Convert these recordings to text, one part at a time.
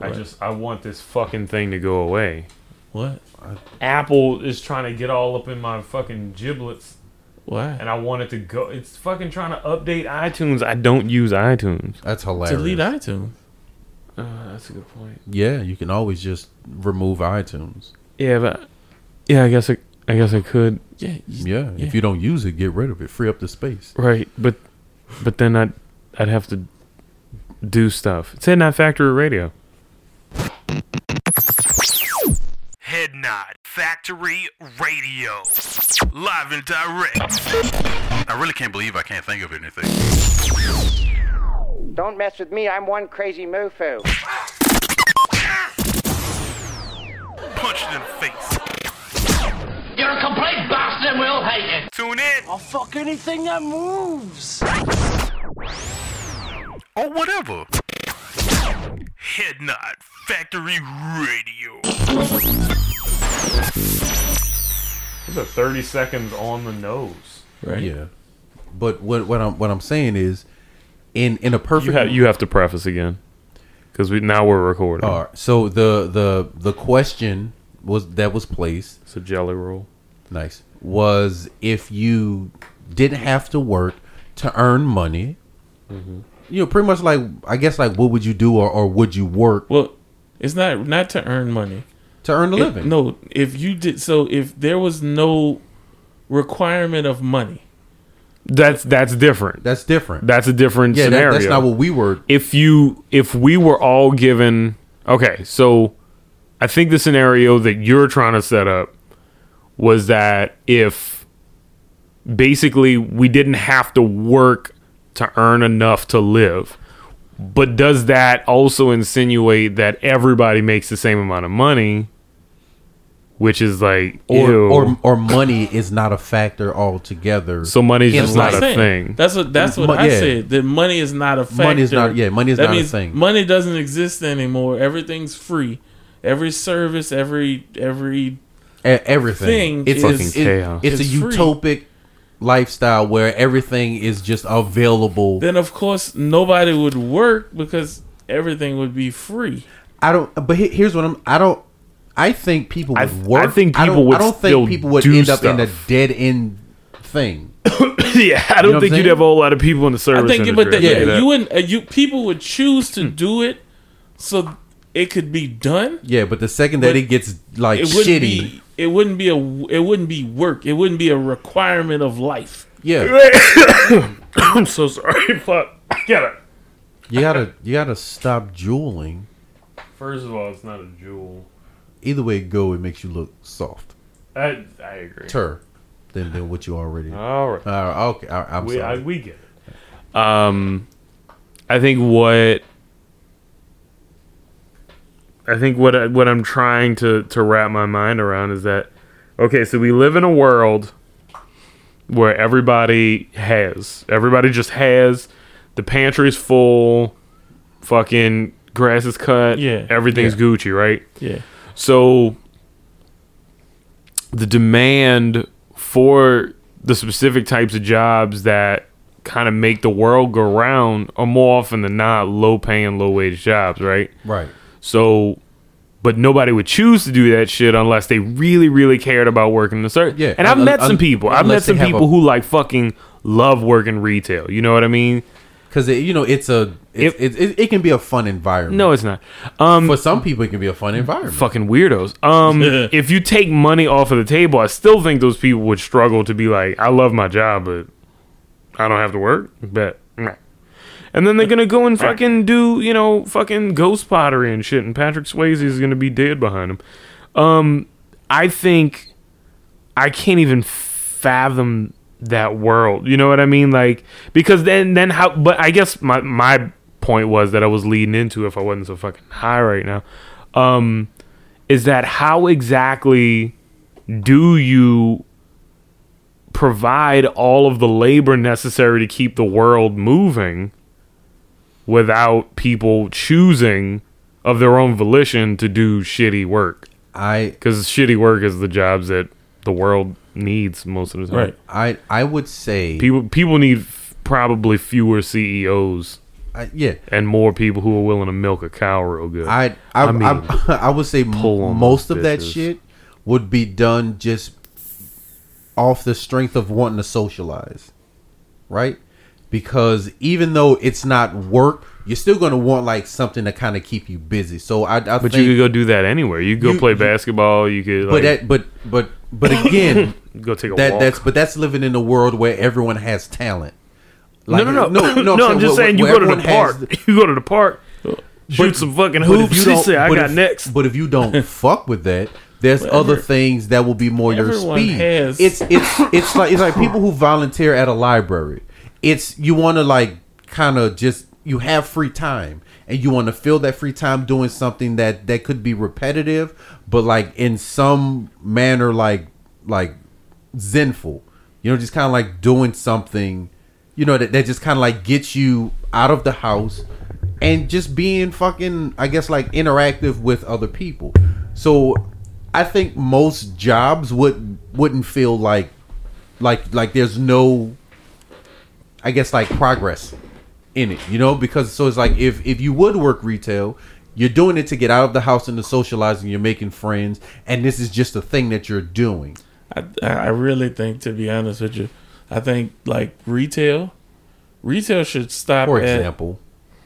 I just I want this fucking thing to go away. What? Apple is trying to get all up in my fucking giblets, Why? and I want it to go. It's fucking trying to update iTunes. I don't use iTunes. That's hilarious. Delete iTunes. Uh, that's a good point. Yeah, you can always just remove iTunes. Yeah, but yeah, I guess I, I guess I could. Yeah. you- Yeah, Yeah. if you don't use it, get rid of it. Free up the space. Right, but but then I'd I'd have to do stuff. It's Head Nod Factory Radio. Head Nod Factory Radio. Live and direct. I really can't believe I can't think of anything. Don't mess with me. I'm one crazy mofo. Punch it in the face. You're a complete bastard and we all hate you. Tune in. I'll fuck anything that moves. Or Oh, whatever. Head Nod Factory Radio. These are thirty seconds on the nose. Right. Yeah, but what what I'm what I'm saying is, in in a perfect You have you have to preface again because we now we're recording. All right, so the the the question was that was placed It's a jelly roll. nice was if you didn't have to work to earn money, Mm-hmm. you know, pretty much like I guess like what would you do or, or would you work Well, it's not not to earn money. to earn a If- living? no, if you did so, if there was no requirement of money, That's that's different. that's different. That's a different yeah, scenario. that, that's not what we were. if you if we were all given okay so i think the scenario that you're trying to set up was that if basically we didn't have to work to earn enough to live but does that also insinuate that everybody makes the same amount of money which is like Or, ew. or or money is not a factor altogether. so money's in just life. not I'm a saying. thing That's what that's what Mo- I yeah. said. That money is not a factor. Money is not- yeah, money is That not a means thing. Money doesn't exist anymore. Everything's free. Every service, every every E- everything. Thing it's is- it's- Fucking chaos. it's a is free. utopic lifestyle where everything is just available. then of course nobody would work because everything would be free. I don't. But he- here's what I'm. I don't. I think people would I th- work. I think don't, people would I don't still think people would do end up in a stuff. dead end thing. yeah i don't think what I'm you'd saying? have a whole lot of people in the service I think, industry. but that, I'll tell yeah, that. you and uh, you people would choose to do it, so it could be done. Yeah, but the second that But it gets like it wouldn't shitty, be it wouldn't be a it wouldn't be work it wouldn't be a requirement of life yeah, i'm so sorry fuck get it you gotta you gotta stop jeweling. First of all, it's not a jewel. Either way it go, it makes you look soft. I, I agree. Tur, than than what you already. Uh, All right. okay, I, I'm we, I, sorry. we get it. Um, I think what I think what I, what I'm trying to to wrap my mind around is that okay, so we live in a world where everybody has everybody just has the pantry's full, fucking grass is cut, Yeah. everything's Gucci, right? yeah So the demand for the specific types of jobs that kind of make the world go round are more often than not low paying, low wage jobs, right? right. So but nobody would choose to do that shit unless they really, really cared about working the service. Yeah, and I've un- met un- some people. I've met unless some they have people a- who like fucking love working retail. You know what I mean? Because you know it's a it's, it, it, it can be a fun environment. No, it's not. Um, for some people it can be a fun environment. fucking weirdos. Um, if you take money off of the table, I still think those people would struggle to be like, I love my job, but I don't have to work. Bet. Nah. And then they're gonna go and fucking do, you know, fucking ghost pottery and shit, and Patrick Swayze is gonna be dead behind him. Um, I think I can't even fathom that world. You know what I mean? Like because then then how? But I guess my my point was that I was leading into if I wasn't so fucking high right now. Um, is that how exactly do you provide all of the labor necessary to keep the world moving without people choosing of their own volition to do shitty work? I Because shitty work is the jobs that the world needs most of the time. right I I would say People people need f- probably fewer CEOs I, yeah, E and more people who are willing to milk a cow real good. I I I, I, mean, I, would say m- pull on most those of that bitches. shit would be done just off the strength of wanting to socialize, right? Because even though it's not work, you're still gonna want like something to kind of keep you busy. So I, I but think, you could go do that anywhere. You could go You- play you- basketball. You could, like, but that, but but but again, go take a that walk. that's but that's living in a world where everyone has talent. Like, no, no, no, no, no. I'm I'm, just where- saying, you where go to the everyone has park. you go to the park, shoot some fucking But if hoops. you You don't- say, "I but got if- next." But if you don't fuck with that, there's other every- things that will be more your everyone speed. has- It's it's it's like it's like people who volunteer at a library. It's you want to like kind of just you have free time and you want to fill that free time doing something that that could be repetitive, but like in some manner like like zenful. You know, just kind of like doing something, you know, that, that just kind of like gets you out of the house and just being fucking, I guess, like interactive with other people. So I think most jobs would wouldn't feel like like like there's no I guess like progress in it, you know, because so it's like if if you would work retail, you're doing it to get out of the house and to socialize and you're making friends and this is just a thing that you're doing. I, I really think, to be honest with you, I think like retail, retail should stop. For at, example,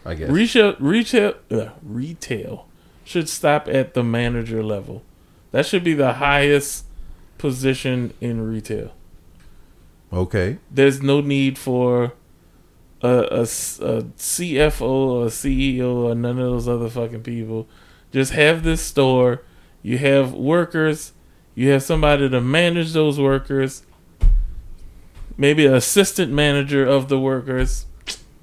I guess. Retail, retail, uh, retail should stop at the manager level. That should be the highest position in retail. Okay. There's no need for a, a s- a CFO or CEO or none of those other fucking people. Just have this store. You have workers. You have somebody to manage those workers. Maybe an assistant manager of the workers.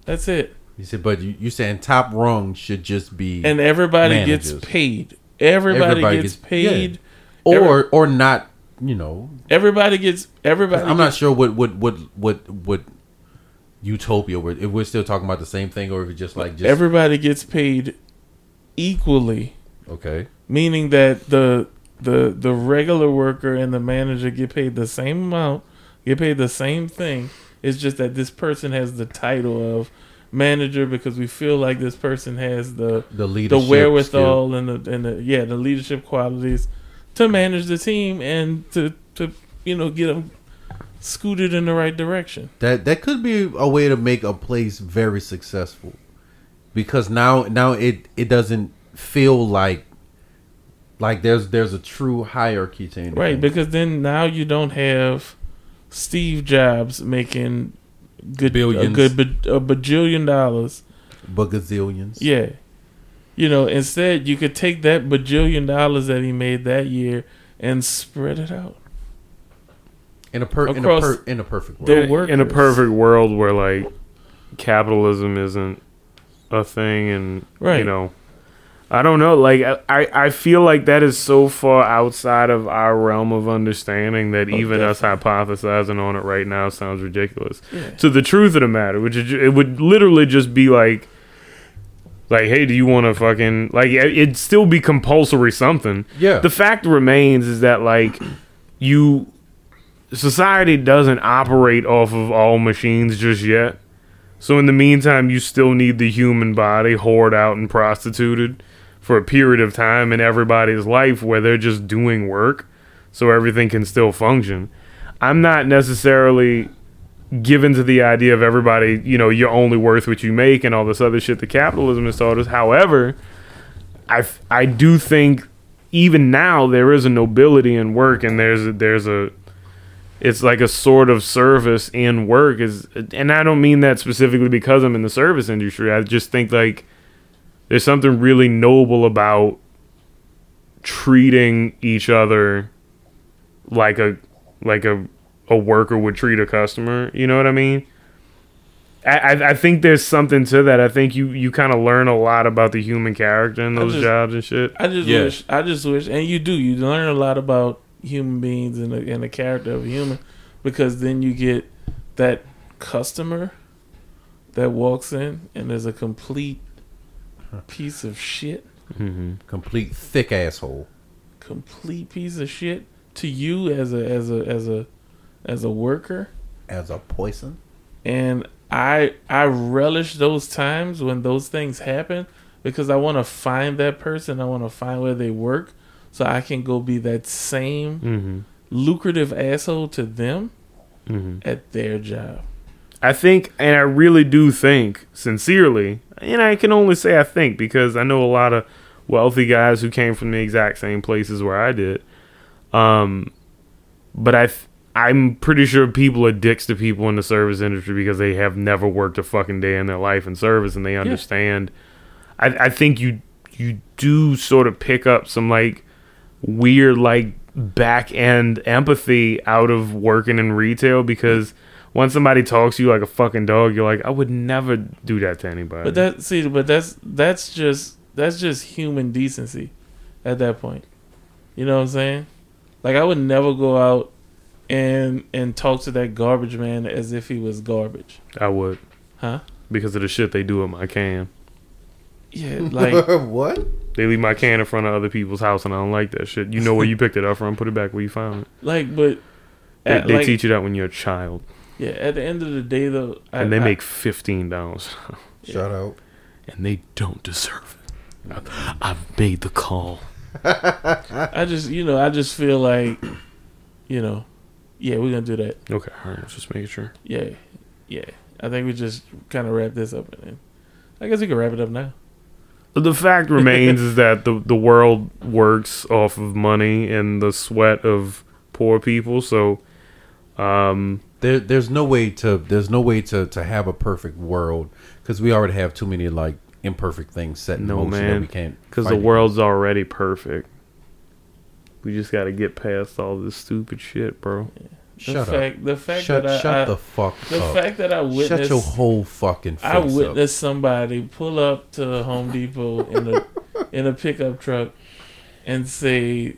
That's it. You said, but you, you saying top rung should just be and everybody Managers. gets paid. Everybody, Everybody gets, gets- paid. yeah. or or not. You know, Everybody gets. Everybody. I'm not gets- sure what what what what what utopia. We're, if we're still talking about the same thing, or if it's just like just Everybody gets paid equally, okay. meaning that the the the regular worker and the manager get paid the same amount, get paid the same thing. It's just that this person has the title of manager because we feel like this person has the The the leadership wherewithal and the and the yeah the leadership qualities to manage the team and to to you know get them scooted in the right direction. That that could be a way to make a place very successful, because now now it it doesn't feel like like there's there's a true hierarchy to anything. Right, because then now you don't have Steve Jobs making good a Billions. good ba- a bajillion dollars. Bugazillions. Yeah, you know, instead you could take that bajillion dollars that he made that year and spread it out. In a per, in a Across per, in a perfect world. the in, in a workers. perfect world where like capitalism isn't a thing and you Right. know i don't know like I- i i feel like that is so far outside of our realm of understanding that Oh, even us hypothesizing on it right now sounds ridiculous to the truth of the matter which is, ju- it would literally just be like like, hey, do you want to fucking like? it- It'd still be compulsory something. Yeah. The fact remains is that like, you society doesn't operate off of all machines just yet. So in the meantime, you still need the human body hoard out and prostituted for a period of time in everybody's life where they're just doing work, so everything can still function. I'm not necessarily given to the idea of everybody, you know, you're only worth what you make and all this other shit that capitalism has taught us. However, I f- I do think even now there is a nobility in work and there's a, there's a it's like a sort of service in work is and I don't mean that specifically because I'm in the service industry. I just think like there's something really noble about treating each other like a like a a worker would treat a customer. You know what I mean? I, I, I think there's something to that. I think you, you kind of learn a lot about the human character in those just- jobs and shit. I just Yeah. wish. I just wish, and you do. You learn a lot about human beings and the, and the character of a human, because then you get that customer that walks in and is a complete piece of shit, Complete thick asshole. complete piece of shit to you as a as a as a as a worker, as a poison. and I I relish those times when those things happen because I want to find that person. I want to find where they work so I can go be that same lucrative asshole to them at their job. I think, and I really do think, sincerely, and I can only say I think because I know a lot of wealthy guys who came from the exact same places where I did. Um, but I, th- I'm pretty sure people are dicks to people in the service industry because they have never worked a fucking day in their life in service, and they understand. I, I think you you do sort of pick up some like weird like back end empathy out of working in retail because once somebody talks to you like a fucking dog, you're like, I would never do that to anybody. But that see, but that's that's just that's just human decency at that point. You know what I'm saying? Like I would never go out and and talk to that garbage man as if he was garbage. I would Huh? because of the shit they do at my can. Yeah, like what? They leave my can in front of other people's house, and I don't like that shit. You know where you picked it up from, put it back where you found it. like but They, at, they like, teach you that when you're a child, yeah, at the end of the day though I- and they I- make fifteen dollars, Shout out. and they don't deserve it. I've- I've made the call. I, just you know, I just feel like you know, yeah, we're gonna do that. Okay, all right, just making sure. Yeah. Yeah. I think we just kinda wrap this up and then I guess we can wrap it up now. The fact remains is that the the world works off of money and the sweat of poor people. So, um, There, there's no way to there's no way to to have a perfect world because we already have too many like imperfect things set in No, motion that man. we can't because fight the against. world's already perfect, we just got to get past all this stupid shit, bro. The Shut up. fact the fact Shut, that shut I, I the fuck The up. fact that I shut your witnessed, whole fucking face I up. witnessed somebody pull up to Home Depot in a in a pickup truck and say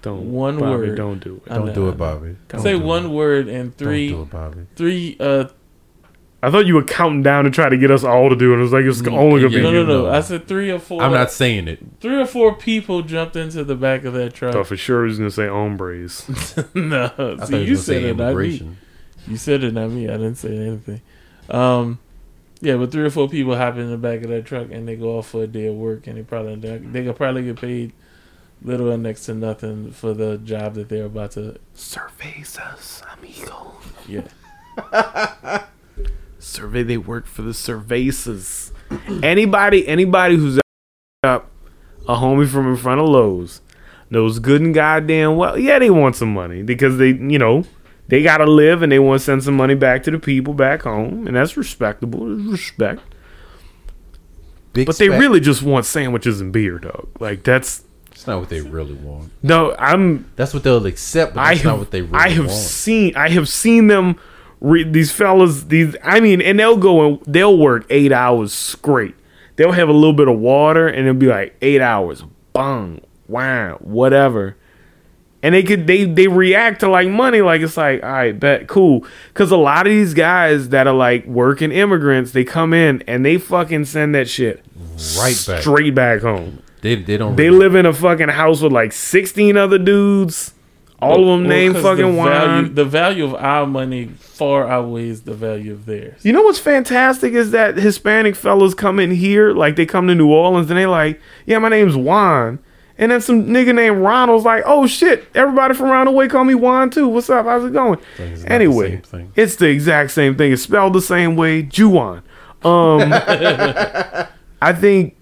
Don't One Bobby, word. Don't do it. I Don't know, do I it, know. Bobby. Don't say do it. one word and three Don't do it, Bobby. three uh I thought you were counting down to try to get us all to do it. It was like it's only gonna be Mm, no you. no no know. I said three or four I'm not saying it. three or four people jumped into the back of that Thought truck. for sure he was gonna say hombres. no, I thought see, he you was gonna said say it, not me. immigration. You said it, not me. I didn't say anything. Um, yeah, but three or four people hop in the back of that truck and they go off for a day of work, and they probably they could probably get paid little or next to nothing for the job that they're about to. Surveys us, amigo. Yeah, Survey. They work for the surveysas. anybody, anybody who's up a homie from in front of Lowe's knows good and goddamn well. Yeah, they want some money because they, you know, they gotta live and they want to send some money back to the people back home, and that's respectable. It's respect. Big But they spec- really just want sandwiches and beer, dog. Like that's It's not what they really want. no. I'm That's what they'll accept, but I that's have, not what they really I have want. seen I have seen them re- these fellas these I mean and they'll go and they'll work 8 hours straight. They'll have a little bit of water and it'll be like 8 hours bong wow whatever. And they could they they react to like money like it's like all right bet cool cuz a lot of these guys that are like working immigrants they come in and they fucking send that shit right back. straight back home. They, they don't. They really- live in a fucking house with like 16 other dudes. All of them Well, named 'cause fucking the value, wine. The value of our money far outweighs the value of theirs. You know what's fantastic is that Hispanic fellas come in here, like they come to New Orleans and they like, yeah, my name's Juan. And then some nigga named Ronald's like, oh shit, everybody from around the way call me Juan too. What's up? How's it going? it's not the anyway, same thing. it's the exact same thing. It's spelled the same way, Juwan. Um, I think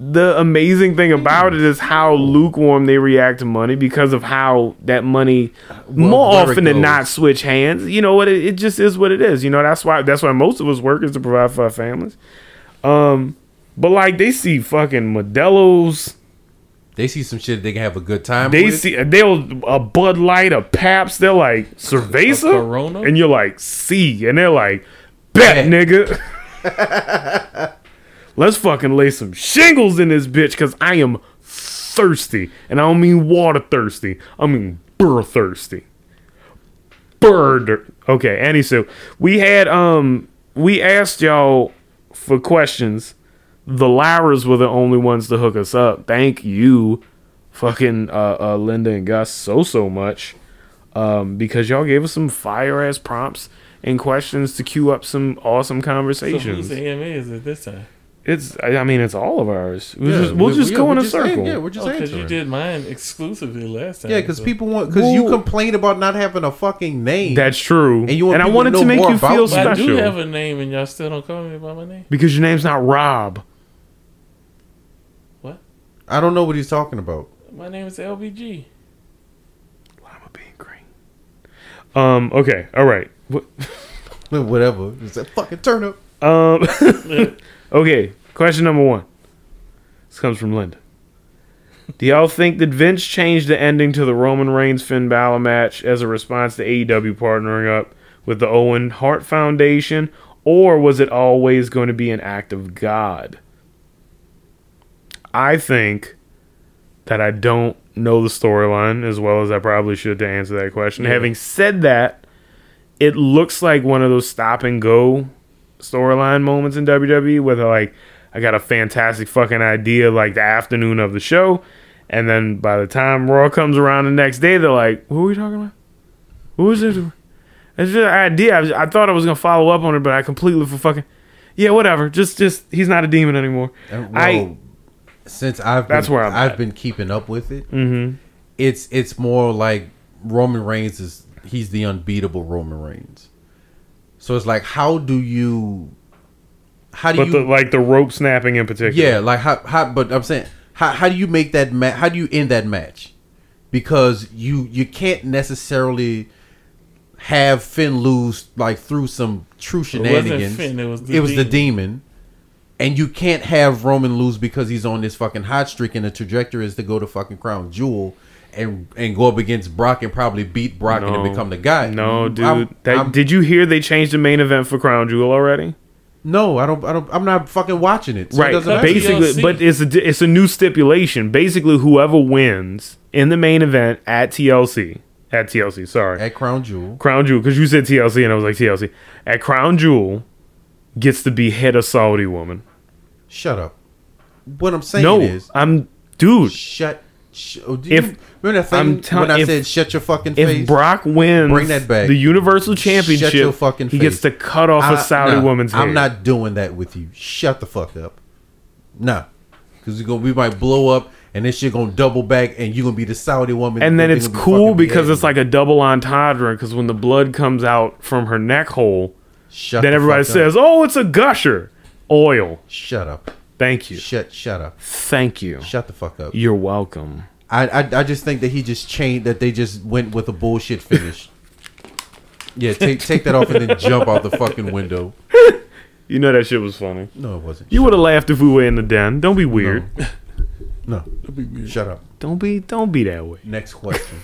the amazing thing about it is how lukewarm they react to money because of how that money more where it often than goes. not switch hands. You know what? It, it just is what it is. You know that's why that's why most of us work is to provide for our families. Um, but like they see fucking Modelo's, They see some shit they can have a good time. they with. see they'll a Bud Light, a Paps. They're like Cerveza, Corona? and you're like see, and they're like bet, Bet. nigga. Let's fucking lay some shingles in this bitch because I am thirsty. And I don't mean water thirsty. I mean burr thirsty. Bird. Okay, Annie Sue. We had um we asked y'all for questions. The Lyras were the only ones to hook us up. Thank you, fucking uh, uh Linda and Gus so so much. Um, because y'all gave us some fire ass prompts and questions to queue up some awesome So conversations. whose AMA is it this time? it's, I I mean, it's all of ours. We'll Yeah, just, we'll we- just yeah, go we're in a just saying- circle. yeah, we're just Oh, because answering. you did mine exclusively last time. Yeah, because so- people want because you Well- complain about not having a fucking name. That's true. And you want I people to wanted to know make more you about feel you. But I do special have a name, and y'all still don't call me by my name. because your name's not Rob. I don't know what he's talking about. My name is LBG. Llama being green. Um. Okay. All right. What- Whatever. It's a fucking turnip. Um. okay. Question number one. This comes from Linda. Do y'all think that Vince changed the ending to the Roman Reigns Finn Balor match as a response to AEW partnering up with the Owen Hart Foundation, or was it always going to be an act of God? I think that I don't know the storyline as well as I probably should to answer that question. Having said that, it looks like one of those stop and go storyline moments in WWE where they're like, I got a fantastic fucking idea like the afternoon of the show. And then by the time Raw comes around the next day, they're like, what are we talking about? What was it? It's just an idea. I, was, I thought I was going to follow up on it, but I completely for fucking. Yeah, whatever. Just, just, he's not a demon anymore. I, Well, since I've That's been, where I'm I've at. been keeping up with it. Mm-hmm. It's it's more like Roman Reigns is he's the unbeatable Roman Reigns. So it's like how do you how do but you the, like the rope snapping in particular. Yeah, like how, how but I'm saying how how do you make that match? How do you end that match? Because you you can't necessarily have Finn lose like through some true wasn't shenanigans. Finn, it was the the demon. And you can't have Roman lose because he's on this fucking hot streak, and the trajectory is to go to fucking Crown Jewel and and go up against Brock and probably beat Brock and No. then become the guy. No, I'm- dude. that, I'm- did you hear they changed the main event for Crown Jewel already? no, I don't. I don't. I'm not fucking watching it. so it right. doesn't matter. Basically, TLC. but it's a di- it's a new stipulation. Basically, whoever wins in the main event at TLC at TLC, sorry, at Crown Jewel. Crown Jewel, because you said TLC and I was like TLC at Crown Jewel gets to behead a Saudi woman. Shut up. What I'm saying no, is, I'm dude. shut. Sh- oh, do If- you remember that thing I'm tell- when I if- said shut your fucking If face? Brock wins Bring that back. the Universal Championship, Shut your fucking he face. gets to cut off I- a Saudi nah, woman's head. I'm not doing that with you. Shut the fuck up. Nah, because we go we might blow up and this shit gonna double back and you gonna be the Saudi woman. and then that it's they gonna be cool fucking because beheading. it's like a double entendre because when the blood comes out from her neck hole shut then the everybody fuck up. says oh it's a gusher oil shut up, thank you shut shut up, thank you shut the fuck up. you're welcome I, I I just think that he just changed that they just went with a bullshit finish. yeah, take take that off and then jump out the fucking window. you know that shit was funny No, it wasn't. you would have laughed if we were in the den don't be weird No. Shut up. don't be don't be that way Next question.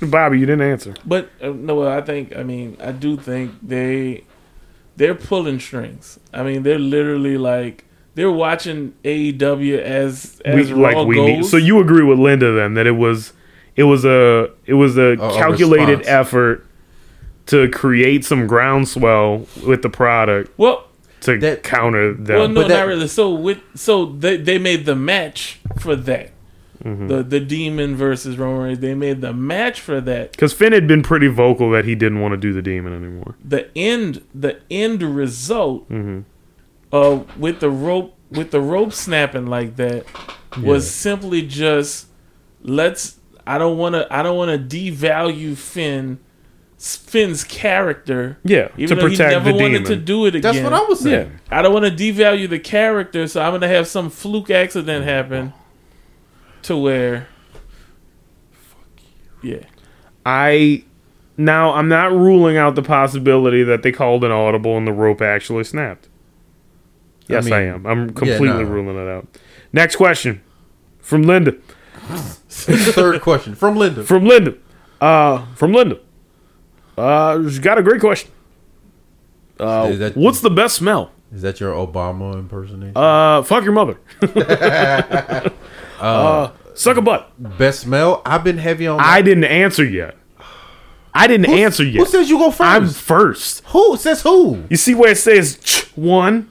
bobby you didn't answer But uh, no, I think I mean I do think they they're pulling strings. I mean they're literally like they're watching AEW as we, as Raw like we goes. need so you agree with linda then that it was it was a it was a, calculated response. effort to create some groundswell with the product well to That- counter them. well no But that- not really. So with so they they made the match for that. Mm-hmm. The the demon versus Roman Reigns. They made the match for that. Because Finn had been pretty vocal that he didn't want to do the demon anymore. The end the end result Mm-hmm. uh with the rope with the rope snapping like that was simply just let's I don't want to I don't want to devalue Finn Finn's character. Yeah, Even to though he protect the never wanted demon. to do it again. That's what I was saying. I don't want to devalue the character, so I'm going to have some fluke accident happen to where Yeah. I now I'm not ruling out the possibility that they called an audible and the rope actually snapped. Yes, I, mean, am. I'm completely nah. ruling it out. Next question from Linda. Third question from Linda. From Linda. Uh, from Linda. Uh, she got a great question. is, that, What's the best smell? is that your Obama impersonation? Uh, fuck your mother. uh, suck a butt. Best smell? I've been heavy on. I didn't answer yet. I didn't Who- answer yet. Who says you go 1st I'm first. who says who? You see where it says ch one?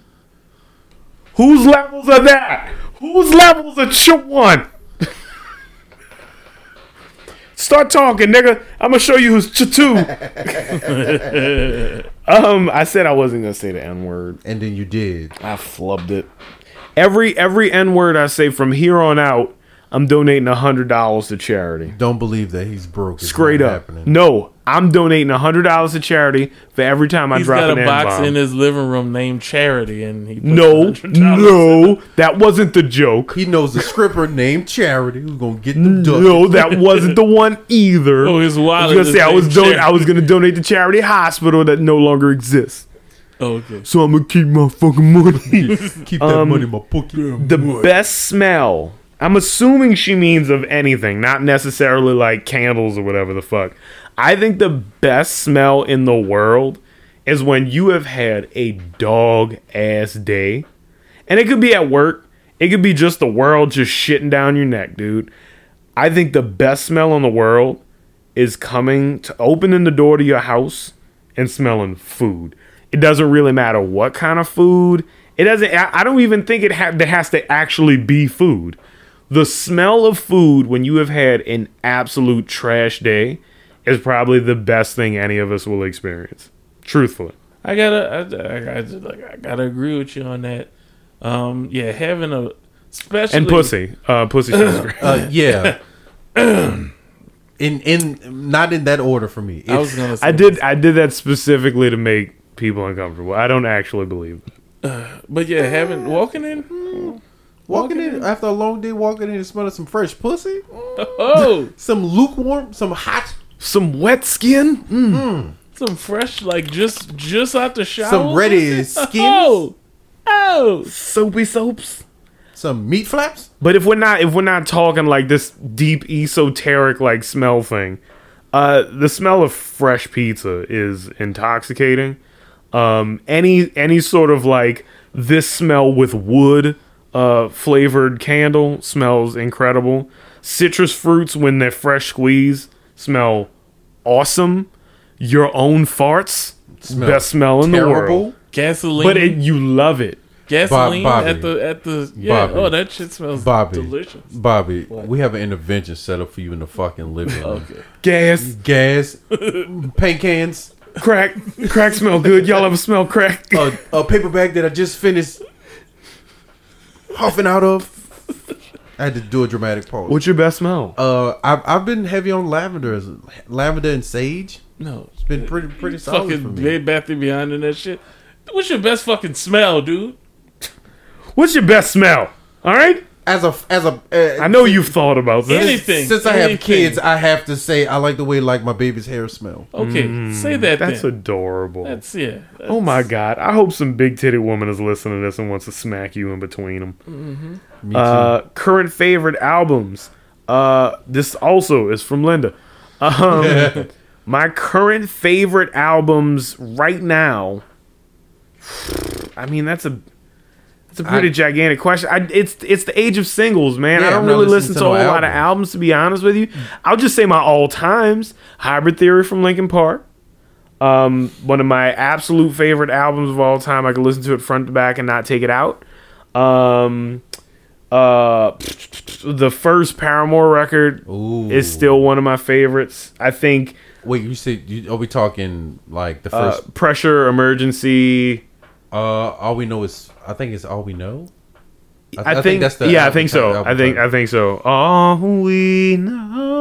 Whose levels are that? Whose levels are ch one? Start talking, nigga. I'm gonna show you who's two. um, I said I wasn't gonna say the N word. And then you did. I flubbed it. Every every N word I say from here on out, I'm donating hundred dollars to charity. Don't believe that he's broke. It's Straight not up. No, I'm donating hundred dollars to charity for every time I He's drop got an a box N-bomb. in his living room named Charity, and he puts No, $100 no, that wasn't the joke. He knows a stripper named Charity who's gonna get them ducks. No, that wasn't the one either. Oh, his I wallet. was gonna is say I was named don- Charity. I was gonna donate to charity hospital that no longer exists. Oh, Okay. So I'm gonna keep my fucking money. Keep that Um, money in my pocket. the best smell. I'm assuming she means of anything, not necessarily like candles or whatever the fuck. I think the best smell in the world is when you have had a dog ass day. And it could be at work, it could be just the world just shitting down your neck, dude. I think the best smell in the world is coming to opening the door to your house and smelling food. It doesn't really matter what kind of food. It doesn't. I I don't even think it ha- there has to actually be food. The smell of food when you have had an absolute trash day is probably the best thing any of us will experience. Truthfully, I gotta, I, I, I just, like, I gotta agree with you on that. Um, yeah, having a special and pussy, uh, pussy smells great. Uh, yeah. in in not in that order for me. I was gonna. Say I did. I did that specifically to make people uncomfortable. I don't actually believe. it. but yeah, having walking in. walking in after a long day, walking in and smelling some fresh pussy, Oh, some lukewarm, some hot, Some wet skin. Mm, some fresh, like just just out the shower. Some ready skins. Oh, oh, soapy soaps. some meat flaps. But if we're not if we're not talking like this deep esoteric like smell thing, uh, the smell of fresh pizza is intoxicating. Um, any any sort of like this smell with wood uh, flavored candle smells incredible. Citrus fruits when they're fresh squeezed smell awesome. Your own farts Smell best smell in the terrible. world, gasoline. but it, you love it. gasoline Bob- Bobby. at the at the yeah. Bobby. Oh, that shit smells Bobby, delicious. Bobby, we have an intervention set up for you in the fucking living Oh. room. Gas, Gas, paint cans, crack, crack smell good. Y'all ever smell crack? a, a paper bag that I just finished huffing out of. I had to do a dramatic pause. What's your best smell? uh, I've, I've been heavy on lavender, as- lavender and sage. No, It's Uh, been pretty pretty solid for fucking me. Bed Bath and Beyond and that shit. What's your best fucking smell, dude? What's your best smell? All right, As a as a uh, I know you've thought about this. Any- anything, Since I have anything. kids, I have to say I like the way like my baby's hair smell. Okay, say that. That's then. adorable. That's yeah. That's, oh my god! I hope some big titted woman is listening to this and wants to smack you in between them. Mm-hmm. Me too. Uh, current favorite albums. Uh, this also is from Linda. Um, my current favorite albums right now. I mean, that's a that's a pretty I- gigantic question. I, it's it's the age of singles, man. Yeah, I don't I'm not really listen listening to, to a no whole lot of albums. albums to be honest with you. I'll just say my all times: Hybrid Theory from Linkin Park. Um, one of my absolute favorite albums of all time. I can listen to it front to back and not take it out. Um, uh, the first Paramore record Ooh. is still one of my favorites. I think Wait, you said you, are we talking like the uh, first? Pressure Emergency. Uh, all we know is I think it's all we know. I, think, that's the yeah. I think so. I think I think so. All we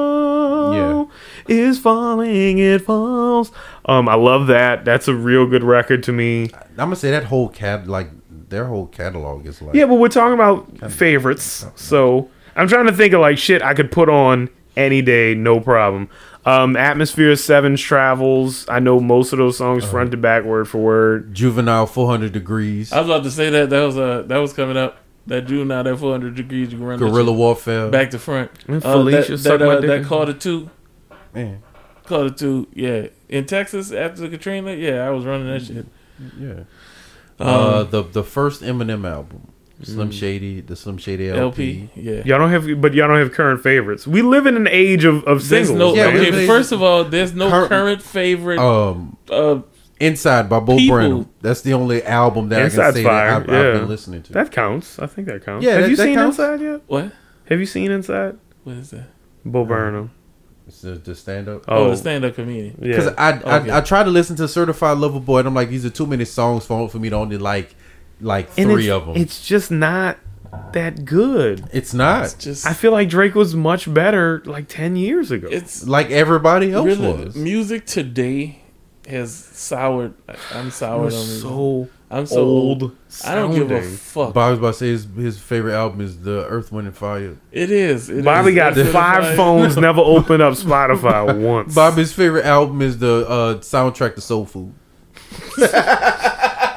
know is falling. It falls. Um, I love that. That's a real good record to me. I'm gonna say that whole cat like their whole catalog is like Yeah, but we're talking about favorites. So I'm trying to think of like shit I could put on any day, no problem. Um, Atmosphere Seven's Travels. I know most of those songs front to back, word for word. juvenile 400 degrees, I was about to say that. That was uh that was coming up. That dude now that 400 degrees you can run that guerrilla shit warfare. back to front. Uh, And Felicia that suck that, my uh, dick. that Carter two, Man, Carter two, yeah. In Texas after Katrina, yeah, I was running that shit. yeah. uh, the the first Eminem album, Slim Shady, the Slim Shady LP. LP, yeah. Y'all don't have, but y'all don't have current favorites. We live in an age of of There's singles. no Yeah, man. we- okay. First of all, there's no Current- current favorite. Um, uh, Inside by Bo People. Burnham. That's the only album that I Inside's can say fire, that I've, yeah. I've been listening to. that counts. I think that counts. Yeah, have that- you that seen counts. Inside yet? what? Have you seen Inside? What is that? Bo Burnham. It's the, the stand up. Oh, Oh, the stand up comedian. Because yeah. I, Okay. I I try to listen to Certified Lover Boy, and I'm like, these are too many songs for for me to only like like And three it's- of them. It's, It's just not that good. not Just I feel like Drake was much better like ten years ago. it's like everybody else really was. music today has soured. I- I'm We're soured on music. so I'm so old old. I don't give a sounding. fuck. Bob's about to say his, his favorite album is The Earth, Wind, and Fire. it is. It Bobby is. got It's five certified. phones, never opened up Spotify once. Bobby's favorite album is the uh, soundtrack to Soul Food.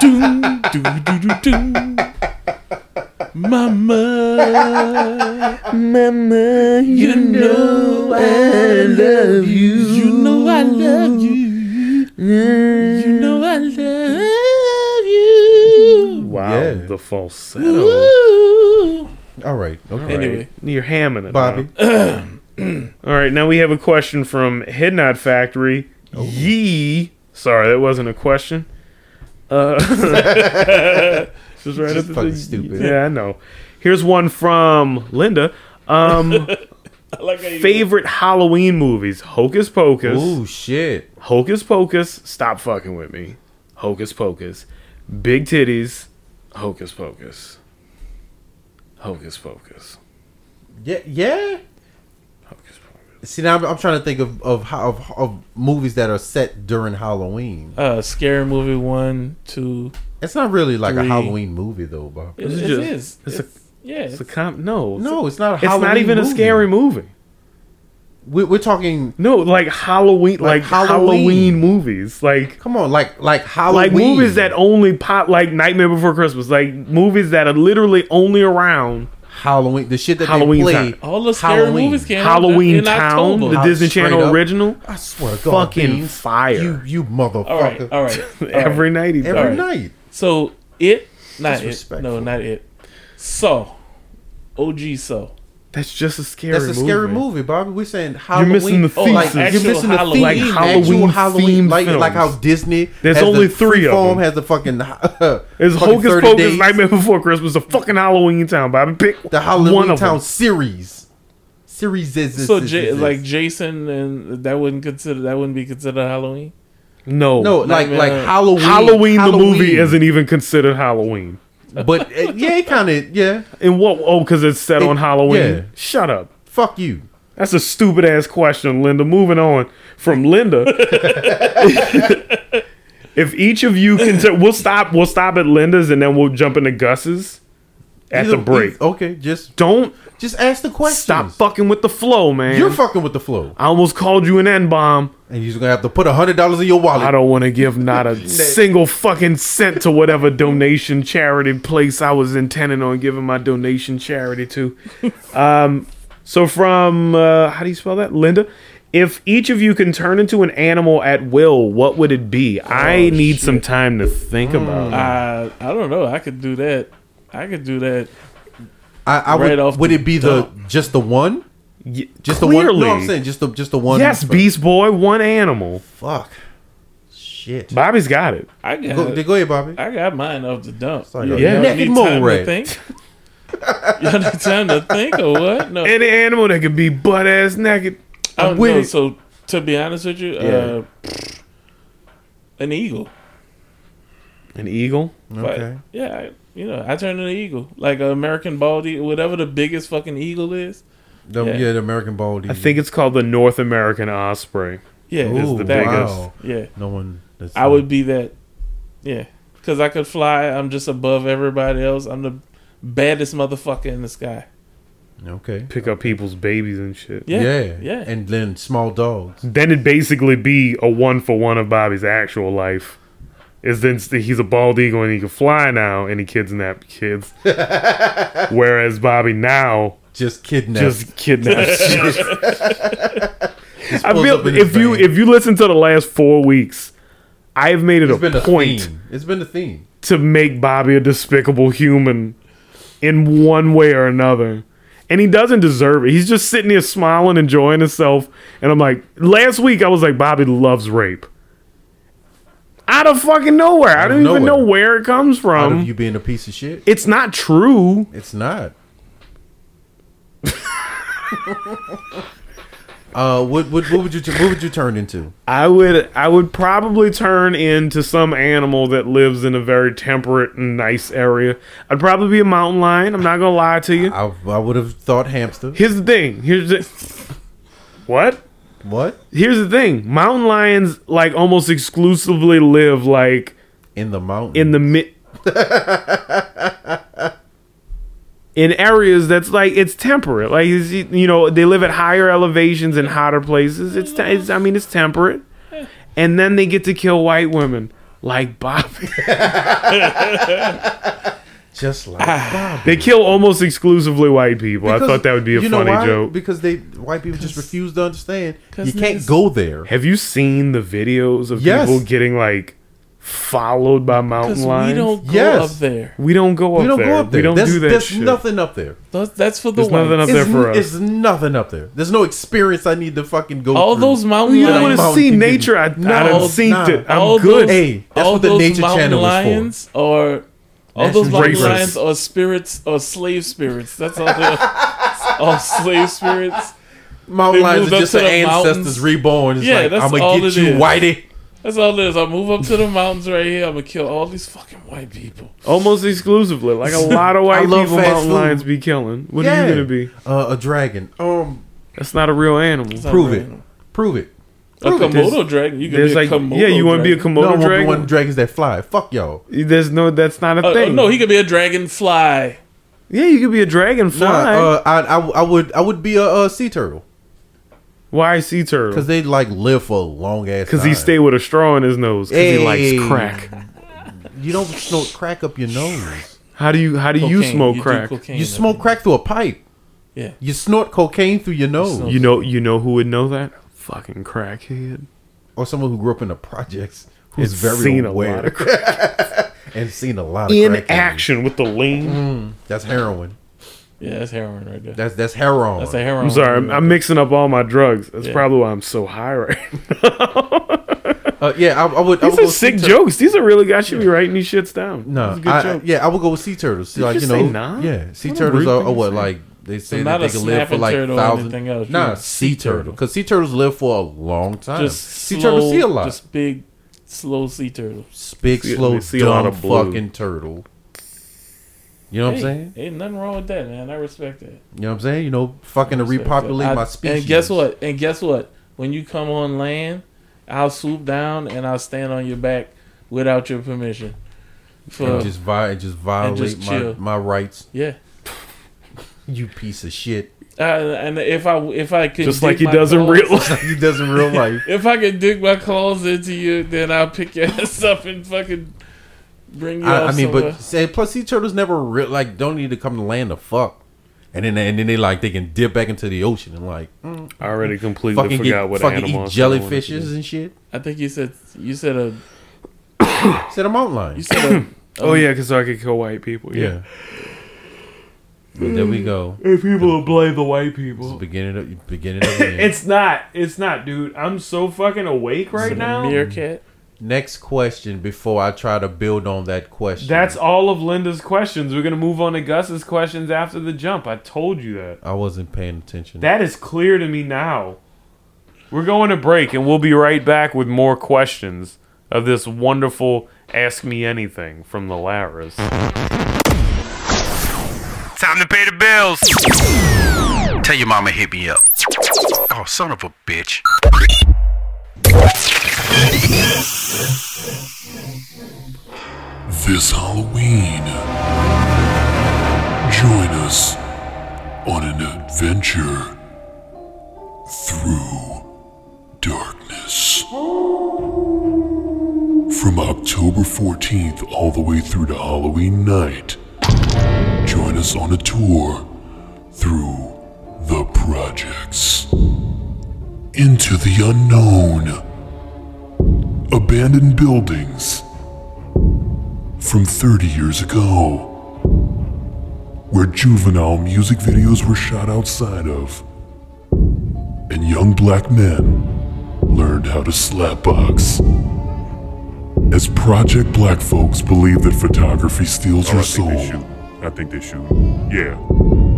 Doom, doo, doo, doo, doo. Mama, Mama, you know I love you. You know I love you. You know I Mm. love you. Wow, Yeah. the falsetto. Ooh. All right, okay. Anyway, You're hamming it, Bobby, All right, now we have a question from Head Nod Factory. Oh. Yee. Sorry, that wasn't a question. Uh, just right Just at the fucking stupid. Yeah, I know. Here's one from Linda. Um, I like how you- favorite Halloween movies: Hocus Pocus, oh shit, Hocus Pocus. Stop fucking with me. Hocus Pocus, Big Titties, Hocus Pocus, Hocus Pocus, yeah, yeah. Hocus Pocus. See now, I'm, I'm trying to think of of, how- of of movies that are set during Halloween. uh, scary movie one, two. It's not really like a Three. Halloween movie though, Bob. It, This is it just- is. it's a- It's- yeah, It's it's, a comp. No, No, it's not. A it's not even a scary movie. We, we're talking. No, like Halloween, like, Like Halloween. Halloween. movies, like Come on, like like Halloween. like movies that only pop, like Nightmare Before Christmas, like movies that are literally only around Halloween, the shit that Halloween they play. time. all the scary Halloween. movies came out Halloween in Town, October. the Disney Straight Channel up. original, I swear to God, fucking Beans, fire You you motherfucker. all right, all right. all right. every night. He Every does. night. So it, not it. Disrespectful. No, not it. So, OG. So That's just a scary. That's a scary movie. movie, Bobby. We're saying Halloween. missing the Oh, like, thesis. you're Actual missing the Halloween. Like theme, Halloween actual Halloween, themed like, like how films. Disney. There's has only the three of Freeform them. Has the fucking. Uh, It's fucking Hocus 30 Pocus, Days, Nightmare Before Christmas, a fucking Halloween Town, Bobby. Pick The one Halloween of Town them. series. Series is is- so is- J- is- like Jason and that wouldn't consider that wouldn't be considered Halloween. No, no like Nightmare- like Halloween Halloween, the movie isn't even considered Halloween. but uh, yeah it kind of yeah And what? Oh, because it's set It- on Halloween. yeah. Shut up. fuck you That's a stupid ass question, Linda. Moving on from Linda. if each of you can, t- we'll stop. We'll stop at Linda's and then we'll jump into Gus's at the Either- break. either- okay just Don't Just ask the question. stop fucking with the flow, man. You're fucking with the flow, I almost called you an N bomb. and you're just gonna have to put a hundred dollars in your wallet. I don't want to give not a single fucking cent to whatever donation charity place I was intending on giving my donation charity to. Um, so from uh, how do you spell that, Linda? If each of you can turn into an animal at will, what would it be? Oh, I need some time to think Hmm. about. it. I I don't know. I could do that. I could do that. I, I Right would. off would the it be the just the one? Y- Just the one? clearly. No, I'm saying just the just the one. yes, Beast Boy, one animal. Fuck. Shit. Bobby's got it. I got Go, go ahead, Bobby. I got mine off the dump. like You- oh, a y'all need naked time mole to rat. think? Y'all need time to think or what? No, Any animal that could be butt ass naked. I I'm don't with know. it. So to be honest with you, uh, an eagle. An eagle. But, Okay. yeah, I, you know, I turned into an eagle, like an American bald eagle, whatever the biggest fucking eagle is. The, Yeah. yeah. the American Bald. I think it's called the North American Osprey. Yeah, Ooh, it's the biggest. biggest. Wow. Yeah, No one. That's I would be that. Yeah, because I could fly. I'm just above everybody else. I'm the baddest motherfucker in the sky. Okay. Pick up people's babies and shit. Yeah, yeah, yeah. And then small dogs. then it'd basically be a one for one of Bobby's actual life. Is then st- he's a bald eagle and he can fly now and he kidnaps kids. Whereas Bobby now Just kidnapped. just kidnaps. kids. I pulls feel up in his if you van. if you listen to the last four weeks, I have made it it's been a a point theme. It's been a theme. to make Bobby a despicable human in one way or another. And he doesn't deserve it. He's just sitting here smiling, enjoying himself. And I'm like, last week I was like, Bobby loves rape. Out of fucking nowhere. I of don't even know nowhere. where it comes Um, Out from. of you being a piece of shit. it's not true. It's not. Uh, what, what, what would you what would you turn into? I would I would probably turn into some animal that lives in a very temperate and nice area. I'd probably be a mountain lion. I'm not gonna lie to you. I, I would have thought hamster. Here's the thing. Here's the what? What Here's the thing. Mountain lions like almost exclusively live like in the mountain? in the mid in areas that's like it's temperate like it's, you know they live at higher elevations and hotter places it's, te- it's i mean it's temperate and then they get to kill white women like Bobby. just like Bob. they kill almost exclusively white people. Ah. I thought that would be a You know funny why? joke. because they white people just refuse to understand. You 'cause can't niggas- go there. Have you seen the videos of Yes. people getting like followed by mountain Because lions? we don't go Yes. up there. We don't go up We don't there. go up there. We don't there's, do that There's shit. nothing up there. That's, that's for the There's nothing up whites. there It's, for us. it's nothing up there. There's no experience I need to fucking go. All through. those mountain You Nah, don't want lions. to mountain see people. nature. I, No, I done nah. synked it. I'm All good. those- Hey, that's all what the those Nature mountain Channel was for. lions Are, all those mountain Rapists. lions are spirits or slave spirits. That's all they are. all slave spirits. mountain They lions moved are up just to the the ancestors mountains. reborn. It's Yeah, like, that's I'm all gonna get it you, is. whitey. That's all it is. I move up to the mountains right here. I'm gonna kill all these fucking white people. Almost exclusively. Like a lot of white love people fast mountain food. lions be killing. What are Yeah. you gonna be? Oh, Uh, a dragon. Um, That's not a real animal. It's not prove right. it. Prove it. A Prove it. Komodo dragon. You can There's be a like Komodo. yeah, you want to be a dragon. No, I Komodo won't be dragon? one of the dragons that fly. Fuck y'all. There's no that's not a Uh, thing. no, he could be a dragonfly. yeah, you could be a dragonfly. Nah, uh, I, I, I would I would be a, uh sea turtle Why a sea turtle? because they like live for a long ass. Because he stay with a straw in his nose. Because he likes Hey. crack. You don't snort crack up your nose. How do you how do you Cocaine. smoke do crack? cocaine. You smoke crack through a pipe. Yeah. You snort cocaine through your nose, snort- You know you know who would know that? Fucking crackhead. or someone who grew up in the projects who's It's very seen a aware lot of and seen a lot of In crack in you. action with the lean. That's heroin. Yeah, that's heroin right there. That's that's heroin. that's a heroin. I'm sorry, I'm, I'm mixing up all my drugs. That's Yeah. probably why I'm so high right now. Uh, yeah, I, I would. I would These go are sea sick turtle. jokes. These are really. I should be writing these shits down. No, This is a good I- joke. yeah, I would go with sea turtles. Did you like you just know, say nah? yeah, sea What a turtles rude are, thing are to what say. like they say not that they a can live for snapping like turtle or anything else, thousand. Nah, just sea sea turtle turtle. because sea turtles live for a long time. Just sea sea turtles see a lot. Just big, slow sea turtles. Big see- slow they see a lot dumb of blue. fucking turtle. You know what I'm saying? Ain't nothing wrong with that, man. I respect that. You know what I'm saying? You know, fucking to repopulate I- my species. And guess what? And guess what? When you come on land, I'll swoop down and I'll stand on your back without your permission. For And just, vi- and just violate Uh, just my, chill. my rights. yeah. You piece of shit. Uh, and if I if I could Just dig like he my does in claws- real life. He does in real life. If I could dig my claws into you, then I'll pick your ass up and fucking bring you. I, off I mean, somewhere. but say, plus sea turtles never real like don't need to come to land to fuck, and then and then they like they can dip back into the ocean and like I already completely fucking forgot get what fucking animal eat I wanted to do. jellyfishes and shit. I think you said you said a Said a mountain lion. you said a Oh yeah, because I could kill white people. Yeah. Yeah. But there we go. Hey, people will blame the white It's the people. beginning of beginning of the end. It's not. It's not, dude. I'm so fucking awake right now. meerkat. Next question before I try to build on that question. That's all of Linda's questions. We're gonna move on to Gus's questions after the jump. I told you that. I wasn't paying attention. That is clear to me now. We're going to break and we'll be right back with more questions of this wonderful Ask Me Anything from the Laras. Time to pay the bills. Tell your mama hit me up. Oh, son of a bitch. This Halloween, join us on an adventure through darkness. From October 14th all the way through to Halloween night, join us on a tour through the projects. Into the unknown, abandoned buildings from 30 years ago, where juvenile music videos were shot outside of, and young black men learned how to slapbox. As Project Black folks believe that photography steals your soul. I think they shoot. Yeah.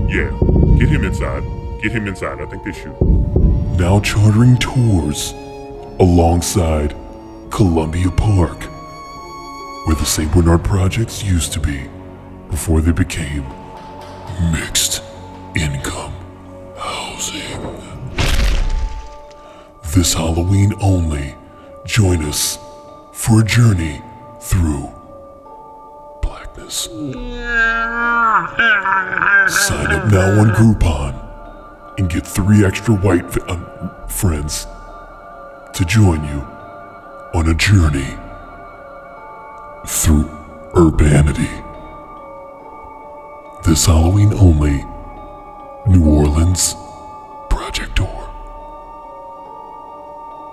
Yeah. Get him inside. Get him inside. I think they shoot. now chartering tours alongside Columbia Park, where the St. Bernard projects used to be before they became mixed income housing. This Halloween only, join us for a journey through blackness. Sign up now on Groupon and get three extra white v- um, friends to join you on a journey through urbanity. This Halloween only, New Orleans Project Tour.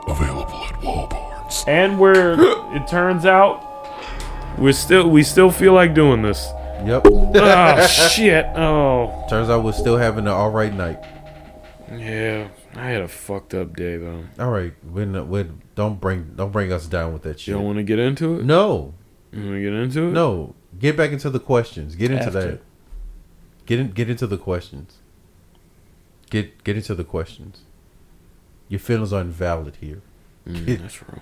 Available at Walbarns. and we're it turns out we're still we still feel like doing this Yep. oh shit oh Turns out we're still having an all right night. yeah i had a fucked up day though All right, we're not, we're, don't bring don't bring us down with that you shit. don't want to get into it No, you want to get into it no. Get back into the questions. Get into After. that. Get in, get into the questions. Get get into the questions. Your feelings are invalid here. Get- that's wrong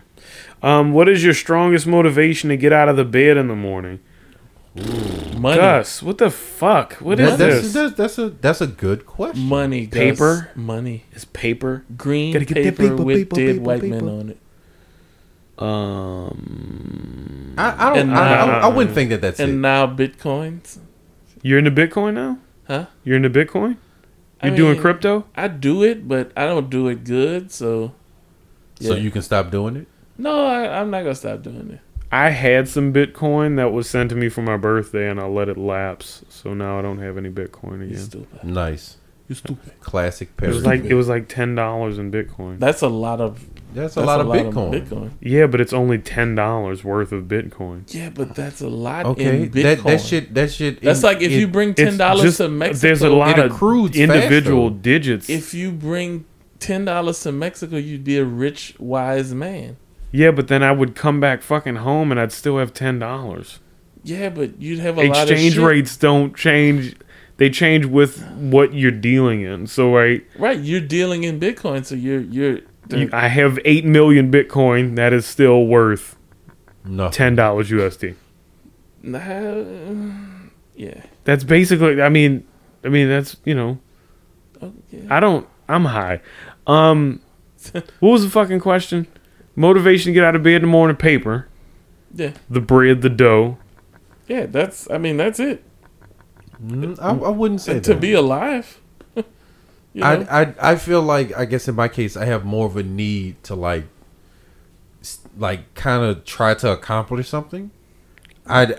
um what is your strongest motivation to get out of the bed in the morning Money. gus what the fuck What is that- that's, this that's, that's a that's a good question. Money. Gus. Paper? Money. it's paper Green Gotta get that paper paper, with paper, dead paper, white paper. men on it. um I, I don't. And, I, I, uh, I wouldn't think that that's And it. now bitcoins. you're into bitcoin now Huh? you're into bitcoin I you're doing mean, crypto I do it, but I don't do it good. So So Yeah. you can stop doing it. no, I, I'm not gonna stop doing it. I had some Bitcoin that was sent to me for my birthday, and I let it lapse. So now I don't have any Bitcoin You again. stupid. Nice. You stupid. Classic It parody. was like it was like ten dollars in Bitcoin. That's a lot of. that's a that's lot of Bitcoin. Bitcoin. Yeah, but it's only ten dollars worth of Bitcoin. Yeah, but that's a lot Okay, in Bitcoin. that that shit that shit. That's it- like if it- you bring It's ten dollars just- to Mexico. There's a lot it of accrudes fast, individual though. digits. If you bring ten dollars to Mexico, you'd be a rich, wise man. yeah, but then I would come back fucking home, and I'd still have ten dollars. Yeah, but you'd have a lot of Exchange shit. rates don't change; they change with what you're dealing in. So right, Right, you're dealing in Bitcoin, so you're you're. you, I have eight million Bitcoin. That is still worth no. ten dollars USD. Nah, yeah. That's basically. I mean, I mean that's you know. Oh, yeah. I don't. I'm high. Um, what was the fucking question? Motivation to get out of bed in the morning. Paper, yeah, the bread, the dough. yeah. That's I mean that's it. Mm, I, I wouldn't say to that. be alive. you know? I, I I feel like I guess in my case I have more of a need to like s- like kind of try to accomplish something. I'd,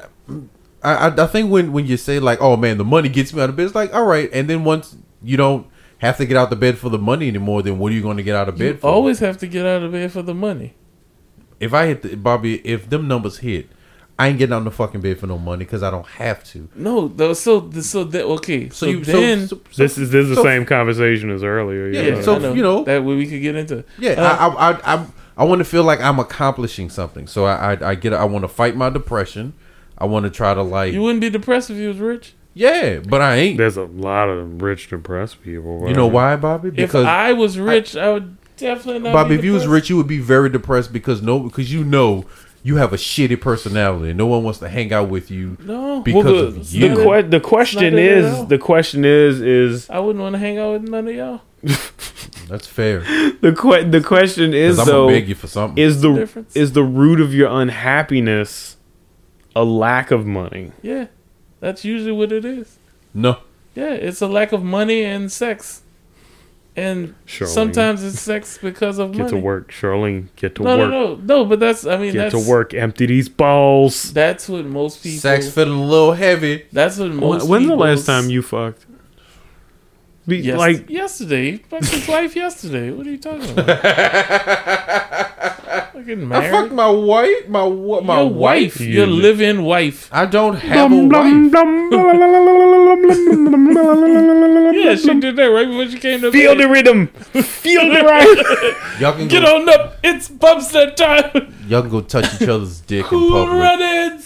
I I I think when when you say like oh man the money gets me out of bed it's like all right and then once you don't have to get out the bed for the money anymore then what are you going to get out of bed you for? always have to get out of bed for the money. if I hit the, Bobby if them numbers hit I ain't getting out of the fucking bed for no money because I don't have to. No, though. So so that okay. So, you then This is this is the so- same conversation as earlier. Yeah. Yeah, so, I you know- that way we could get into. Yeah, Uh, I, I, I, I, I want to feel like I'm accomplishing something. So I, I, I get, I want to fight my depression. I want to try to like, You wouldn't be depressed if you was rich. yeah, but I ain't. There's a lot of rich depressed people. You know why, Bobby? Because if I was rich, I, would definitely not. Bobby, be if you was depressed. rich, you would be very depressed because no, because you know you have a shitty personality. No one wants to hang out with you. No. because Well, the, of you. the, que- the question not it at all. is the question is is I wouldn't want to hang out with none of y'all. That's fair. the que- the question is 'Cause I'm though gonna beg you for something. is the Difference. is the root of your unhappiness a lack of money? Yeah, that's usually what it is. no, Yeah, it's a lack of money and sex, and Charlene. sometimes it's sex because of Get money. to work, Charlene. Get to No, work. no, no, no. But that's I mean Get that's to work. Empty these balls. That's what most people. sex feeling a little heavy. That's what most. When- When's the people's- last time you fucked? Be, Yes- Like yesterday, he fucked his wife yesterday. What are you talking about? Fucking I married. fucked my wife, my wa- my your wife. wife, your You- live-in wife. I don't have a Dum, wife. dum, dum, dum, Yeah, she did that right before she came to Feel the bed. rhythm. Feel the right. Y'all can Get go, on up, it's bumpster time. y'all can go touch each other's dick in Cool public. runnings.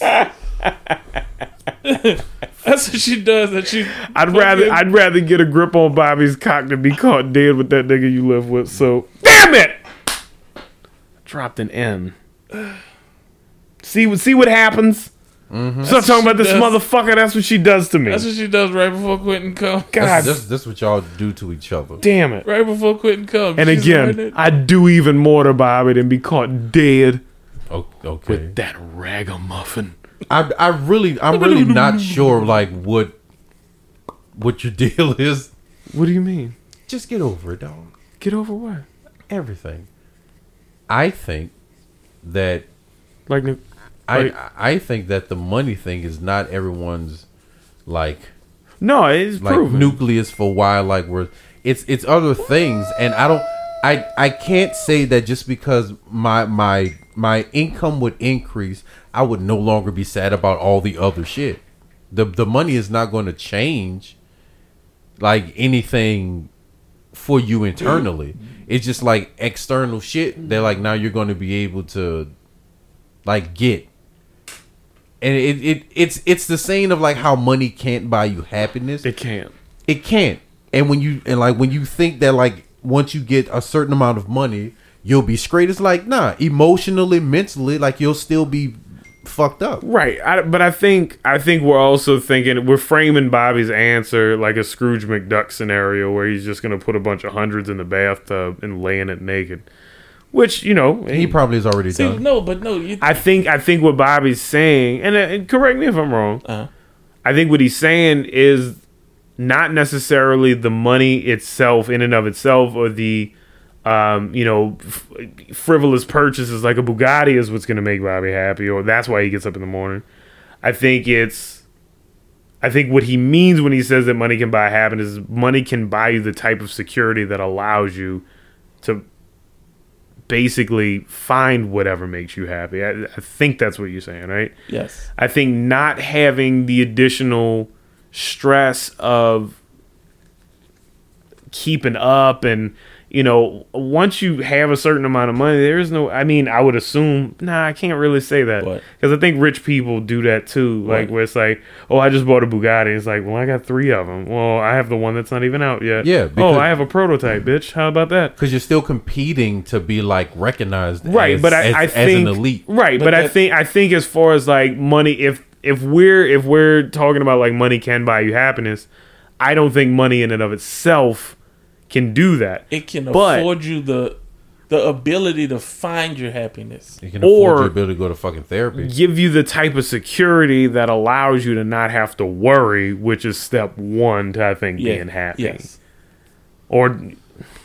That's what she does. That she. I'd rather I'd rather get a grip on Bobby's cock than be caught dead with that nigga you live with. So damn it, dropped an M. See what see what happens. Stop talking about this does. motherfucker. That's what she does to me. That's what she does right before quitting come. God This this what y'all do to each other. damn it. Right before quitting come. And She's again, learning. I do even more to Bobby than be caught dead O- Okay. that ragamuffin. I I really I'm really not sure like what what your deal is. What do you mean? Just get over it, dog. Get over what? Everything. I think that Like the- Like- I I think that the money thing is not everyone's like no, it's like proven. nucleus for why like we're it's it's other things and I don't I I can't say that just because my my my income would increase I would no longer be sad about all the other shit. The the money is not going to change like anything for you internally. It's just like external shit. They're like now you're going to be able to like get and it, it it's it's the saying of like how money can't buy you happiness it can't. it can't and when you and like when you think that like once you get a certain amount of money you'll be straight it's like nah emotionally mentally like you'll still be fucked up Right, I, but I think I think we're also thinking we're framing Bobby's answer like a Scrooge McDuck scenario where he's just gonna put a bunch of hundreds in the bathtub and laying it naked, which you know he he. probably is already See, done no, but no. You, I think I think what Bobby's saying, and, uh, and correct me if I'm wrong. I think what he's saying is not necessarily the money itself in and of itself or the um, you know f- frivolous purchases like a Bugatti is what's going to make Bobby happy or that's why he gets up in the morning. I think it's I think what he means when he says that money can buy happiness is money can buy you the type of security that allows you to basically find whatever makes you happy. I, I think that's what you're saying, right? yes. I think not having the additional stress of keeping up and you know once you have a certain amount of money there is no i mean i would assume nah i can't really say that What? because i think rich people do that too like What? where it's like oh i just bought a bugatti it's like well i got three of them well i have the one that's not even out yet Yeah, because- oh i have a prototype bitch how about that because you're still competing to be like recognized right as- but I, as, I as think an elite right but, But i that- think i think as far as like money if if we're if we're talking about like money can buy you happiness i don't think money in and of itself can do that It can But- afford you the the ability to find your happiness. you can afford or- your ability to go to fucking therapy give you the type of security that allows you to not have to worry which is step one to i think Yeah. being happy Yes. or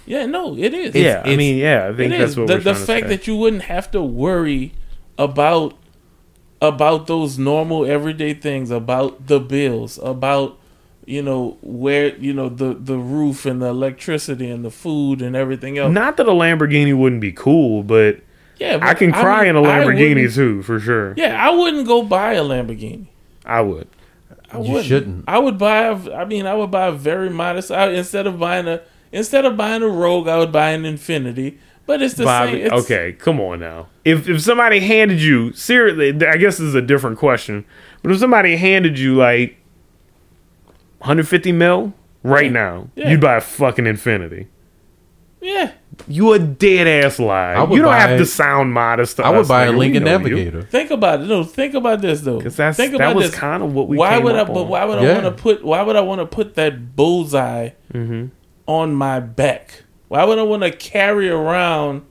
Yeah. No, it is. yeah i it's- mean yeah i It think is. that's what the, we're the trying fact to say. that you wouldn't have to worry about about those normal everyday things, about the bills, about you know where you know the the roof and the electricity and the food and everything else. not that a lamborghini wouldn't be cool but yeah, but i can cry mean, in a I lamborghini wouldn't- too for sure Yeah, I wouldn't go buy a Lamborghini. i would I You wouldn't. shouldn't. I would buy. A, I mean, I would buy a very modest. I, instead of buying a instead of buying a Rogue, I would buy an Infinity. But it's the Bobby, same. It's, okay, come on now. If if somebody handed you seriously, th- I guess this is a different question. But if somebody handed you like 150 mil right now, Yeah. you'd buy a fucking infinity. Yeah. You a dead ass lie. I would You don't buy- have to sound modest. To i would us, buy a nigga. We lincoln know you. navigator Think about it. No, think about this though. 'Cause that's- think that about was kinda what we Why came would up I? But on. why would Yeah. I want to put? Why would I want to put that bullseye Mm-hmm. on my back? Why would I want to carry around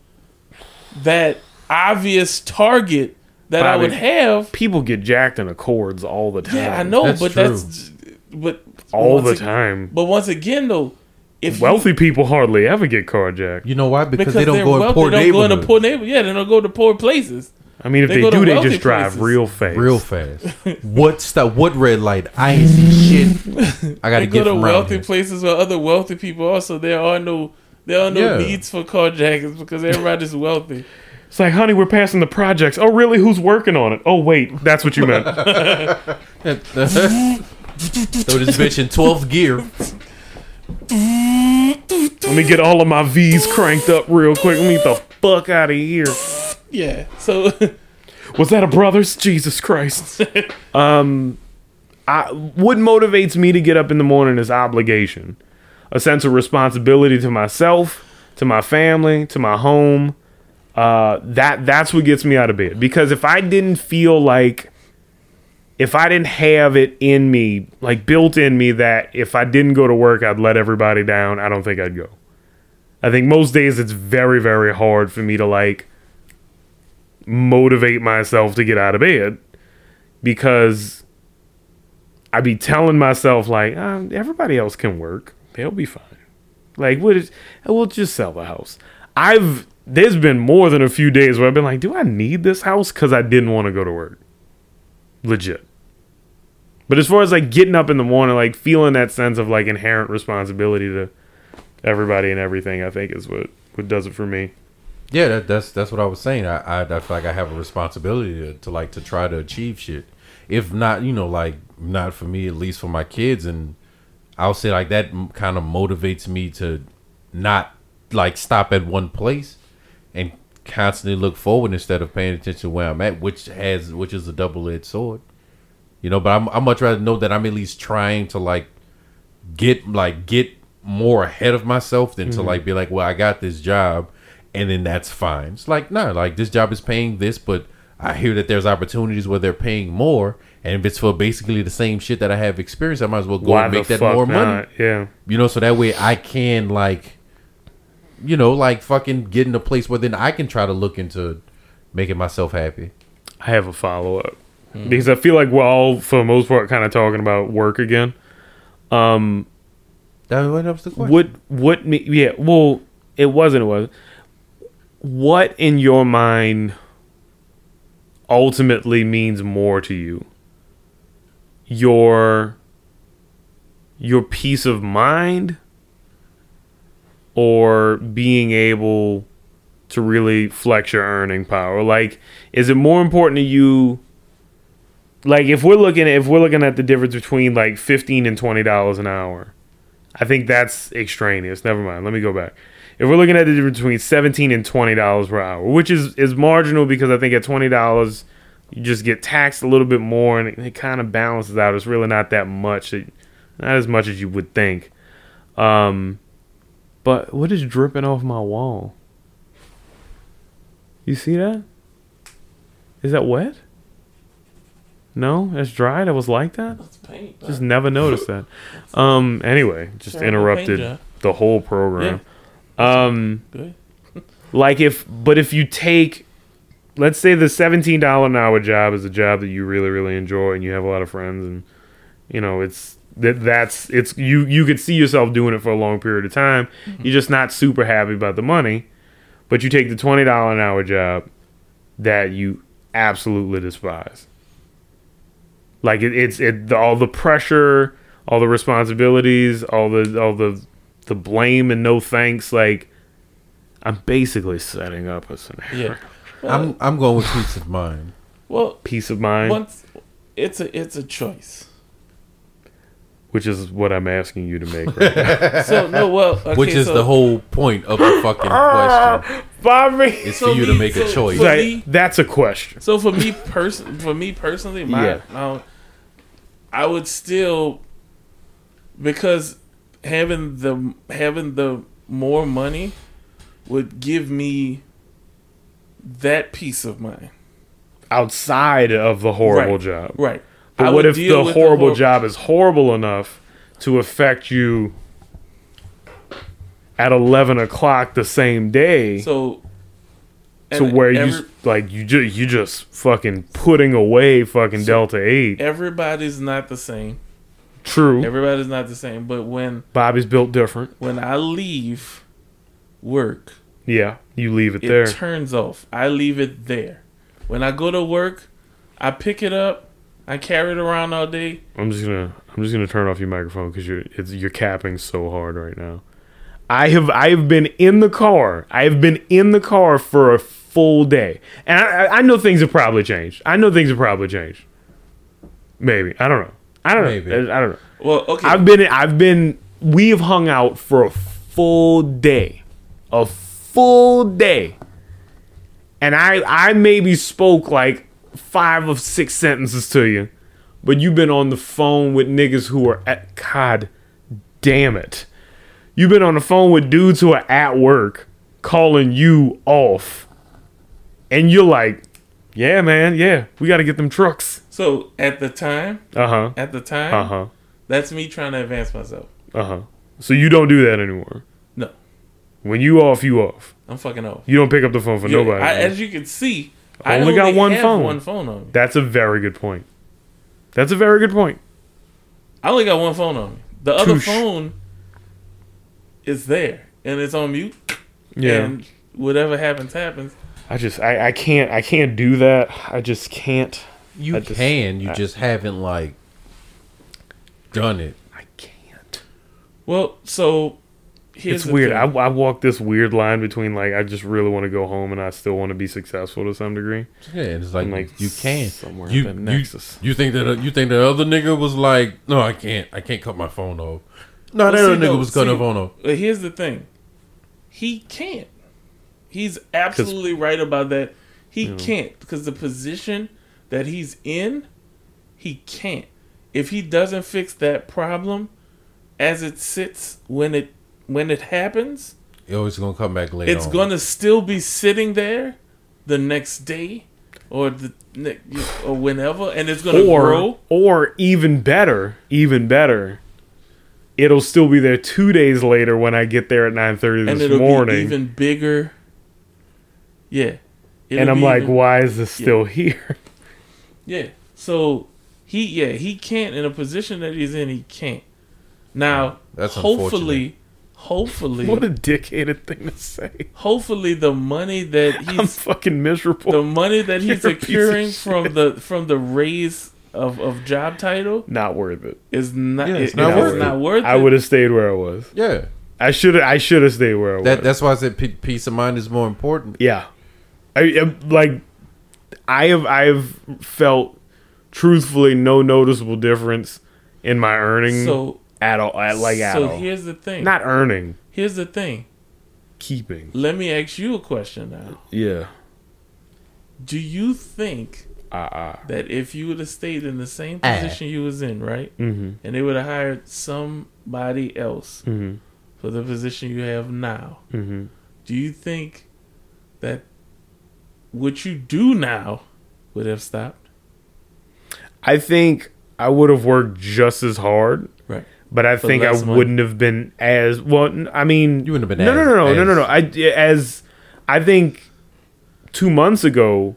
that obvious target that I Bobby. would have? People get jacked in Accords all the time. Yeah, I know, That's but true. that's but all once the ag- time. But once again, though, if you- Wealthy people hardly ever get carjacked. you know why because, because they don't they're go in wealthy, poor they don't go into neighborhoods poor neighbor. Yeah, they don't go to poor places. I mean, if They they, go to do, they wealthy just drive places. real fast. real fast. what stuff? What red light? I ain't see shit. I They gotta go get to from around wealthy here. places where other wealthy people are. So there are no there are no Yeah. needs for carjackers because everybody's wealthy. It's like, honey, we're passing the projects. Oh, really? Who's working on it? Oh, wait, that's what you meant. Throw this bitch in twelfth gear. Let me get all of my V's cranked up real quick. Let me get the fuck out of here. Yeah. So Was that a brother's? Jesus Christ. um, I, what motivates me to get up in the morning is obligation, a sense of responsibility to myself, to my family, to my home. Uh, that that's what gets me out of bed because if I didn't feel like if I didn't have it in me, like built in me, that if I didn't go to work, I'd let everybody down, I don't think I'd go. I think most days it's very, very hard for me to like motivate myself to get out of bed because I be telling myself, like, um, everybody else can work, they'll be fine. Like, what is, we'll just sell the house. I've, there's been more than a few days where I've been like, do I need this house? Because I didn't want to go to work legit. But as far as like getting up in the morning, like feeling that sense of like inherent responsibility to everybody and everything, I think is what what does it for me. Yeah, that, that's that's what I was saying. I, I I feel like I have a responsibility to, to like to try to achieve shit. If not, you know, like not for me, at least for my kids, and I'll say like that kind of motivates me to not like stop at one place and constantly look forward instead of paying attention to where I'm at, which has which is a double edged sword. You know, but I'm I much rather know that I'm at least trying to like get like get more ahead of myself than Mm-hmm. to like be like, well, I got this job, and then that's fine. It's like no, like this job is paying this, but I hear that there's opportunities where they're paying more, and if it's for basically the same shit that I have experienced, I might as well go Why and the make that fuck more money. not? Yeah. You know, so that way I can like, you know, like fucking get in a place where then I can try to look into making myself happy. I have a follow up because I feel like we're all, for the most part, kind of talking about work again. That what was the question. What what me? Yeah. Well, it wasn't. It was. What in your mind ultimately means more to you? Your your peace of mind or being able to really flex your earning power? Like, is it more important to you? Like, if we're looking if we're looking at the difference between like fifteen and twenty dollars an hour, I think that's extraneous. Never mind. Let me go back. If we're looking at the difference between seventeen and twenty dollars per hour, which is is marginal because I think at twenty dollars you just get taxed a little bit more and it, it kind of balances out. It's really not that much, It- not as much as you would think. Um, but what is dripping off my wall? You see that? Is that wet? No, that's dry. That was like that. It's paint. Just never noticed that. Um. Anyway, just Sure, no interrupted pain, the whole program. Um. Good. Like if, but if you take, let's say the seventeen dollar an hour job is a job that you really really enjoy and you have a lot of friends and, you know, it's that that's it's you you could see yourself doing it for a long period of time. You're just not super happy about the money, but you take the twenty dollar an hour job that you absolutely despise. Like it, it's it the, all the pressure, all the responsibilities, all the all the the blame and no thanks. Like I'm basically setting up a scenario. Yeah. I'm I'm going with peace of mind. Well, Peace of mind, once it's a it's a choice. which is what I'm asking you to make. Right now. So no, well, okay, Which is so- the whole point of the fucking question. Bobby, It's for you to me- make a so- choice. so Like, me- that's a question. So for me person, for me personally, my Yeah. um, I would still because having the having the more money would give me that peace of mind. Outside of the horrible Right. job, Right. but I what would if deal the with horrible hor- job is horrible enough to affect you at eleven o'clock the same day? So to and where you every- s- like you just you just fucking putting away fucking Delta Eight. everybody's not the same. True, Everybody's not the same. But when Bobby's built different. when I leave work, Yeah, you leave it, it there. turns off. I leave it there. When I go to work, I pick it up. I carry it around all day. I'm just gonna I'm just gonna turn off your microphone because you're it's, you're capping so hard right now. I have I have been in the car. I have been in the car for a full day, and I, I- I know things have probably changed. I know things have probably changed. Maybe I don't know. I don't Maybe. know. I don't know. Well, okay. I've been I've been we have hung out for a full day. A full day. And I I maybe spoke like five or six sentences to you but you've been on the phone with niggas who are at God damn it. You've been on the phone with dudes who are at work calling you off. And you're like, yeah, man, yeah, we got to get them trucks. So at the time, Uh huh. at the time, Uh huh. that's me trying to advance myself. Uh huh. So you don't do that anymore. No, When you off, you off. I'm fucking off. You don't pick up the phone for Yeah, nobody. I, man. as you can see, I Only got one have phone. One phone on me. That's a very good point. That's a very good point. I only got one phone on me. The other Touche. phone is there and it's on mute. Yeah. And whatever happens, happens. I just I, I can't I can't do that. I just can't. You I just- can, you I- just haven't like done it. I can't. Well, so here's It's the weird. thing. I, I walk this weird line between like I just really want to go home and I still want to be successful to some degree. Yeah, and it's like, I'm like, you can. somewhere you, at that you- nexus. You, think that uh, you think the other nigga was like, no, I can't, I can't cut my phone off. No, that Well, see, other nigga no, was cutting see, her phone off. But here's the thing. He can't. He's absolutely right about that. He can't because the position that he's in, he can't. If he doesn't fix that problem as it sits when it when it happens, It always gonna come back later. it's on. going to still be sitting there the next day or the ne- or whenever and it's going to or grow. or even better, even better, it'll still be there two days later when I get there at nine thirty and this it'll morning, be even bigger. Yeah. It'll and I'm be like, even- why is this still here? Yeah. So he yeah, he can't in a position that he's in, he can't. Now That's hopefully hopefully what a dickheaded thing to say. hopefully the money that I'm he's fucking miserable. the money that he's You're a piece of securing shit. from the from the raise of, of job title Not worth it. is not Yeah, it's it's, not, not worth worth it. it. I would have stayed where I was. Yeah, I should have. I should have stayed where I that was. that's why I said pe peace of mind is more important. yeah. I, I like. I have. I have felt truthfully no noticeable difference in my earning so at all. At, Mm-hmm. like at so all. here's the thing. Not earning, here's the thing. keeping. Let me ask you a question now. Yeah. Do you think Uh-uh. that if you would have stayed in the same Ah. position you was in, right, Mhm. and they would have hired somebody else Mm-hmm. for the position you have now, Mhm. do you think that what you do now would have stopped? I think I would have worked just as hard, Right. but I think I less money. wouldn't have been as well. n- I mean, You wouldn't have been No, as- no, no, no, no, no, as- no. I as I think two months ago,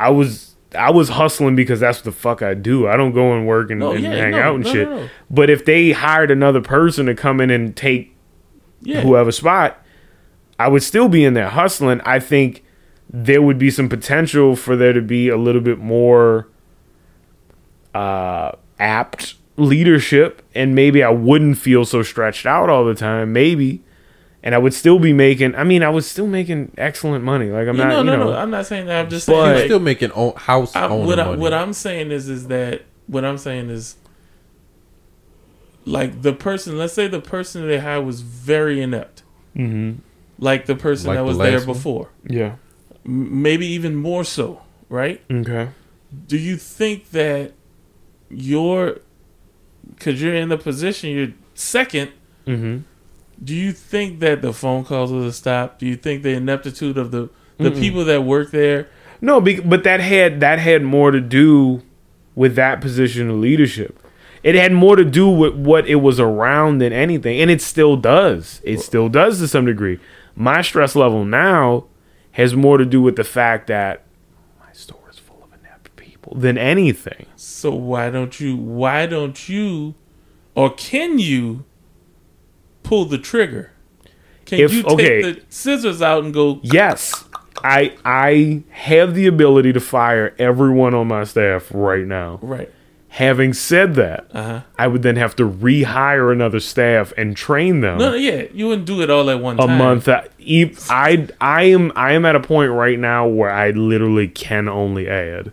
I was. I was hustling because that's what the fuck I do. I don't go and work and, Oh, No, and yeah, hang no, out and no, shit. no, no. But if they hired another person to come in and take Yeah. whoever spot, I would still be in there hustling. I think there would be some potential for there to be a little bit more uh, apt leadership, and maybe I wouldn't feel so stretched out all the time. Maybe, and I would still be making. I mean, I was still making excellent money. Like I'm No, not, no, you no, know, I'm not saying that. I'm just But- saying You're like, still making own, house I, owner what, I, money. what I'm saying is is that what I'm saying is like the person. Let's say the person they hired was very inept, mm-hmm. like the person Like that the was there last one? before, yeah, M- maybe even more so. Right? okay, Do you think that your because you're in the position you're 2nd Mm-hmm. Mhm. Do you think that the phone calls would have stopped? Do you think the ineptitude of the the people that work there? no, be, but that had that had more to do with that position of leadership. It had more to do with what it was around than anything, and it still does. It still does to some degree. My stress level now has more to do with the fact that my store is full of inept people than anything. So why don't you why don't you or can you pull the trigger? Can If- you take okay. the scissors out and go Yes, I I have the ability to fire everyone on my staff right now. right. Having said that, Uh-huh. I would then have to rehire another staff and train them No, no, yeah, you wouldn't do it all at one a time. month. I, e- I I am I am at a point right now where I literally can only add.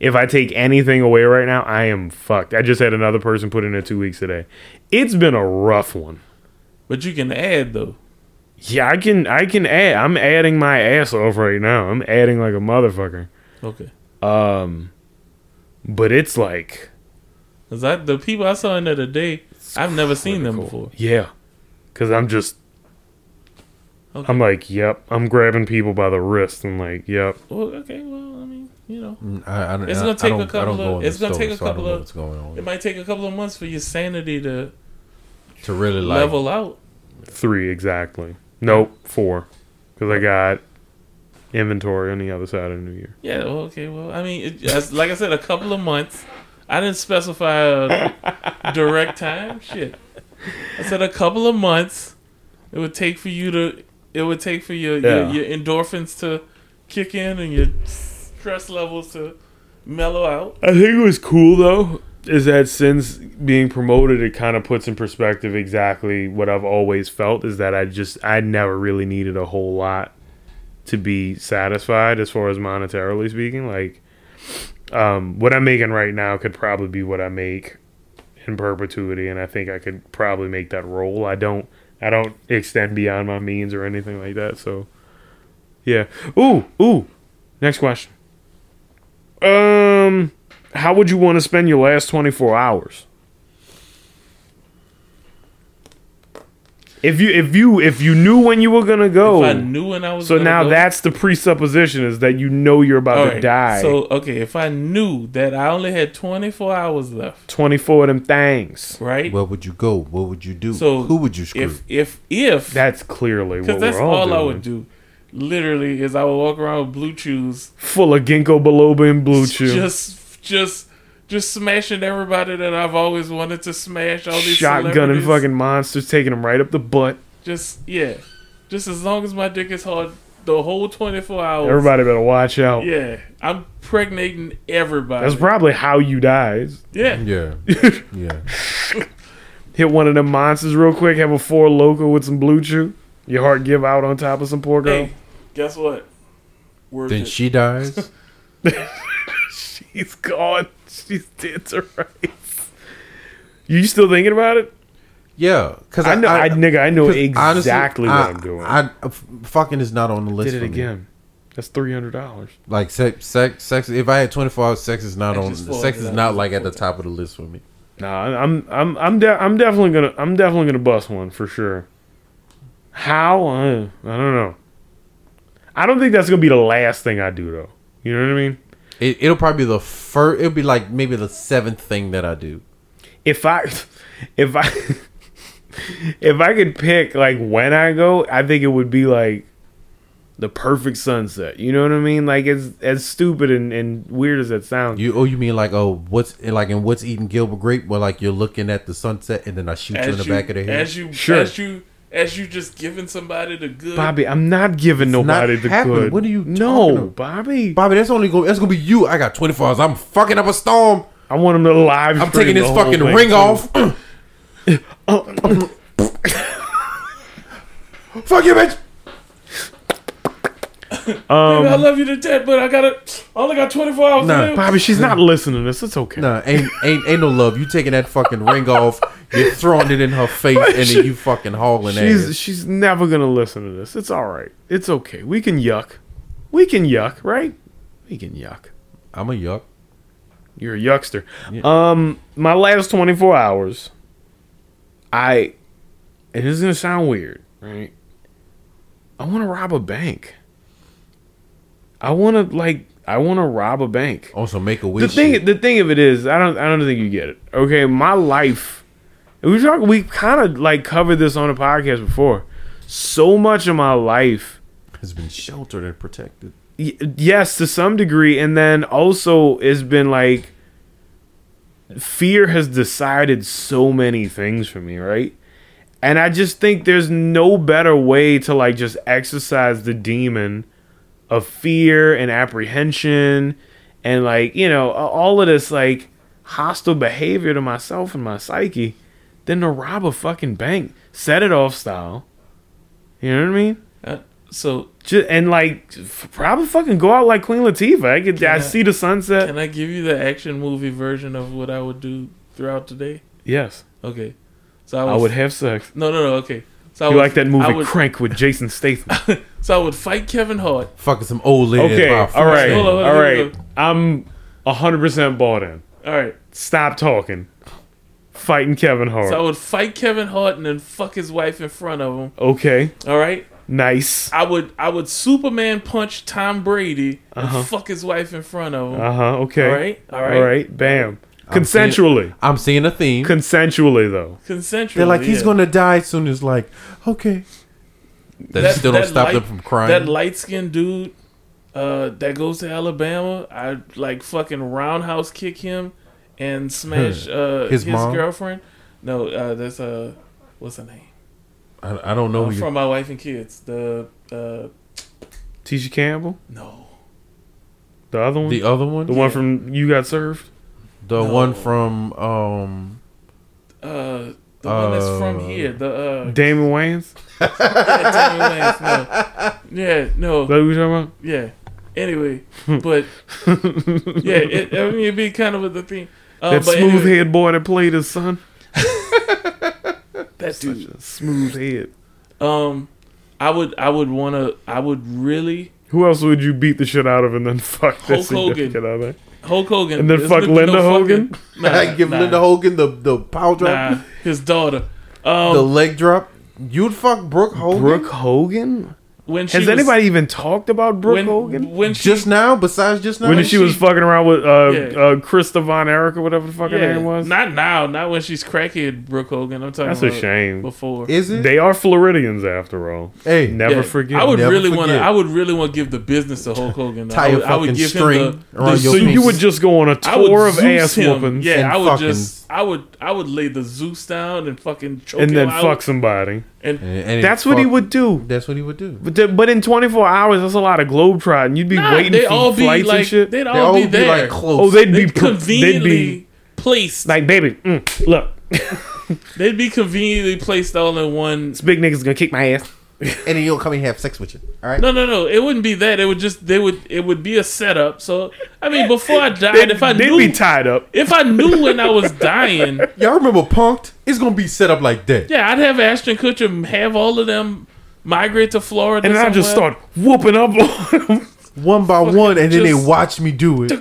If I take anything away right now, I am fucked. I just had another person put in there two weeks today. It's been a rough one. But you can add though. Yeah, I can I can add. I'm adding my ass off right now. I'm adding like a motherfucker. Okay. but it's like Cause I the people I saw in there today, I've never seen them before. Yeah, because I'm just. Okay. I'm like, yep. I'm grabbing people by the wrist and like, yep. Well, okay, well, I mean, you know, Mm. I, I don't, It's I- gonna I take a don't- I couple don't go of- in the it's gonna store, take a so I don't couple know of- what's going on. it might take a couple of months for your sanity to to really like level out. Three exactly. Nope, four. Because I got inventory on the other side of the new year. Yeah. Well, okay. Well, I mean, it, as, like I said, a couple of months. I didn't specify a direct time. Shit. I said a couple of months. It would take for you to. It would take for your Yeah. your, your endorphins to kick in and your stress levels to mellow out. I think it was cool though. Is that since being promoted, it kind of puts in perspective exactly what I've always felt is that I just, I never really needed a whole lot to be satisfied as far as monetarily speaking. Like, um, what I'm making right now could probably be what I make in perpetuity, and I think I could probably make that roll. I don't, I don't extend beyond my means or anything like that. So, yeah. Ooh, ooh. Next question. Um, how would you want to spend your last 24 hours? If you if you if you knew when you were gonna go, If I knew when I was. Oh, so gonna now go- that's the presupposition is that you know you're about All to right, die. So okay, if I knew that I only had 24 hours left, 24 of them things. right? Where would you go? What would you do? so Who would you screw? If if if That's clearly what Because that's we're all, all, I doing. would do. Literally, is I would walk around with blue chews, Full of ginkgo biloba and blue chew. just, just, just smashing everybody that I've always wanted to smash. All these Shotgun and celebrities. fucking monsters taking them right up the butt. just yeah, just as long as my dick is hard the whole twenty four hours. Everybody better watch out. yeah, I'm pregnating everybody. That's probably how you dies. yeah, yeah, yeah. Hit one of them monsters real quick. Have a four loco with some blue chew. Your heart give out on top of some poor girl. Hey, guess what? Worth Then it. she dies. She's gone. She's dead to rights. You still thinking about it? Yeah, because I know, I, nigga, I know exactly what I, I'm doing. I, f- fucking is not on the list. did it for me. again. That's three hundred dollars. Like sex, sex, sex. If I had 24 hours, sex is not I on. just thought Sex that is I not was like at the top of the list for me. Nah, I'm I'm I'm de- I'm definitely gonna I'm definitely gonna bust one for sure. How I, I don't know. I don't think that's gonna be the last thing I do though. You know what I mean? It, it'll probably be the first. It'll be like maybe the seventh thing that I do. If I if I if I could pick like when I go, I think it would be like the perfect sunset. You know what I mean? Like as as stupid and, and weird as that sounds. You oh, you mean like oh, what's like and what's eating Gilbert Grape? Where like you're looking at the sunset and then I shoot you in the back of the head. as you, Sure. as you, as you, just giving somebody the good. Bobby, I'm not giving not nobody the happening. good. What are you No, talking about? Bobby. Bobby, that's only going. That's gonna be you. I got 24 hours. I'm fucking up a storm. I want him to live. I'm stream taking this the whole fucking thing, ring too. off. Fuck you, bitch. Baby, I love you to death, but I gotta. I only got 24 hours Nah, to live. Bobby, she's not listening to this. It's okay. Nah, ain't ain't ain't no love. You taking that fucking ring off. You're throwing it in her face, and then you fucking hauling she's ass. she's never gonna listen to this. It's all right. It's okay. We can yuck. We can yuck, right? We can yuck. I'm a yuck. You're a yuckster. Um, my last 24 hours, I, and this is gonna sound weird, right? I want to rob a bank. I want to like. I want to rob a bank. Also, make a the wish. thing the thing of it is I don't I don't think you get it. Okay, my life we talk we kind of like covered this on the podcast before. So much of my life has been sheltered and protected. y- yes to some degree and then also it's been like fear has decided so many things for me, right? And I just think there's no better way to like just exercise the demon of fear and apprehension and like, you know, a- all of this like hostile behavior to myself and my psyche than to rob a fucking bank. Set it off style. You know what I mean? Uh, so, Just, and like, f- probably fucking go out like Queen Latifah. I could, I I- see the sunset. can I give you the action movie version of what I would do throughout the day? yes, Okay. So I, I was, would have sex. No, no, no. Okay. So I You would, like that movie Oh, I would, Crank with Jason Statham? So I would fight Kevin Hart. Fucking some old lady. okay, by a all right, Hold on, hold all on, right. hold I'm hundred percent bought in. All right. Stop talking. Fighting Kevin Hart. So I would fight Kevin Hart and then fuck his wife in front of him. okay. All right. Nice. I would I would Superman punch Tom Brady and Uh-huh. fuck his wife in front of him. Uh huh. Okay. All right, all right. All right. Bam. Consensually. I'm seeing a theme. Consensually, though. Consensually. They're like, he's yeah. gonna die soon. It's like, okay. That, That- still don't that stop light- them from crying. That light skinned dude uh, that goes to Alabama, I like fucking roundhouse kick him and smash uh, His his, mom? girlfriend. No, uh, that's uh, what's her name? I, I don't know. Uh, who you- from my wife and kids. The uh, Tisha Campbell, no, the other one, the the, other one, the, one from You Got Served. one from um, uh, the one that's from Uh, here. The uh, Damon Wayans. yeah, Tommy Lance, no. yeah, no, Is that what you're talking about? yeah. Anyway, but yeah, it, I mean, it'd be kind of the thing. Uh, That but smooth anyway, head boy that played his son. That dude. Smooth head. Um, I would, I would want to, I would really Who else would you beat the shit out of and then fuck Hulk this significant Hogan. other? Hulk Hogan And then There's fuck no- Linda no Hogan? fucking- Nah, I give nah, Linda Hogan the the power drop, Nah, his daughter. Um, the leg drop. You'd fuck Brooke Hogan Oh. Brooke Hogan? when she Has was- anybody even talked about Brooke when, Hogan? When she, just now. Besides just now, when she, was she- fucking around with uh, Yeah. uh, Krista Von Erich or whatever the fuck her yeah, name was? not now, not when she's crackhead Brooke Hogan. I'm talking. That's a about shame. Before is it? They are Floridians after all. hey, Never Yeah, forget. I would Never really want to. forget. I would really want to give the business to Hulk Hogan. though. Tie I a would, I would fucking give string him the, the around your so piece. you would just go on a I would tour of Zeus ass him. whoopings Yeah, and I would fucking- just. I would. I would lay the Zeus down and fucking choke and him then out. fuck somebody. And And- and That's what he fuck- would do. That's what he would do. But, the, but in 24 hours, that's a lot of globetrotting. You'd be nah, waiting they for Ah, all be flights like. and shit. They'd They all all be be there. like close. oh, they'd be They'd pro- They'd be conveniently placed. like, baby, mm, look, They'd be conveniently placed all in one. this big nigga's gonna kick my ass. and then you'll come and have sex with you. All right. No, no, no. It wouldn't be that. It would just they would it would be a setup. So I mean, before I died, They'd, if I they'd knew be tied up. if I knew when I was dying, Y'all remember Punked? It's gonna be set up like that. yeah, I'd have Ashton Kutcher have all of them migrate to Florida, And then I somewhere. just start whooping up on them. One by one, and then they just- watch me do it.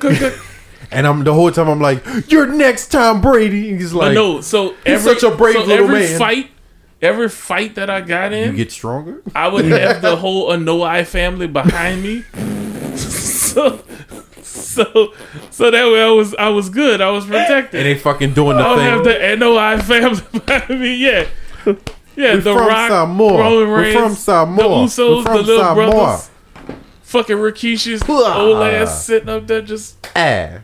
And I'm the whole time I'm like, "You're next, Tom Brady." And he's But like, no, so every such a brave so little every man. fight, every fight that I got "You in, get stronger." I would have the whole Anoa'i family behind me. so, so, so that way I was I was good. I was protected. And they fucking doing the I thing. don't have the NOI family behind me. Yeah. Yeah, We're The from Rock, Samoa. Roman We're Reigns, from Samoa. the Usos, We're from the Little Samoa. Brothers, fucking Rikishi's Hua. old ass sitting up there just Ah.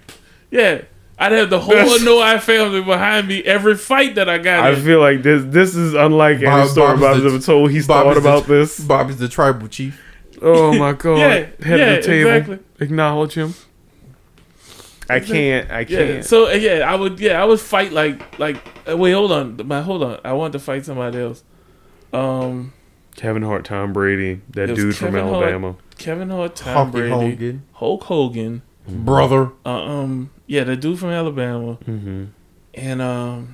yeah. I'd have the whole NOI family behind me every fight that I got. I in. feel like this this is unlike any Bob- story Bob's Bob's the- ever told. He's Bob thought is the- about this. Bob is the tribal chief. Oh my god! Yeah, Head yeah, of the table. exactly. Acknowledge him. I can't. I Yeah. can't. So uh, yeah, I would yeah, I would fight like like uh, wait, hold on. My hold on. I want to fight somebody else. Um Kevin Hart, Tom Brady, that It was dude Kevin from Hart. Alabama. Kevin Hart, Tom Hulk Brady, Hogan. Hulk Hogan, Brother. uh, um yeah, the dude from Alabama. Mm-hmm. And um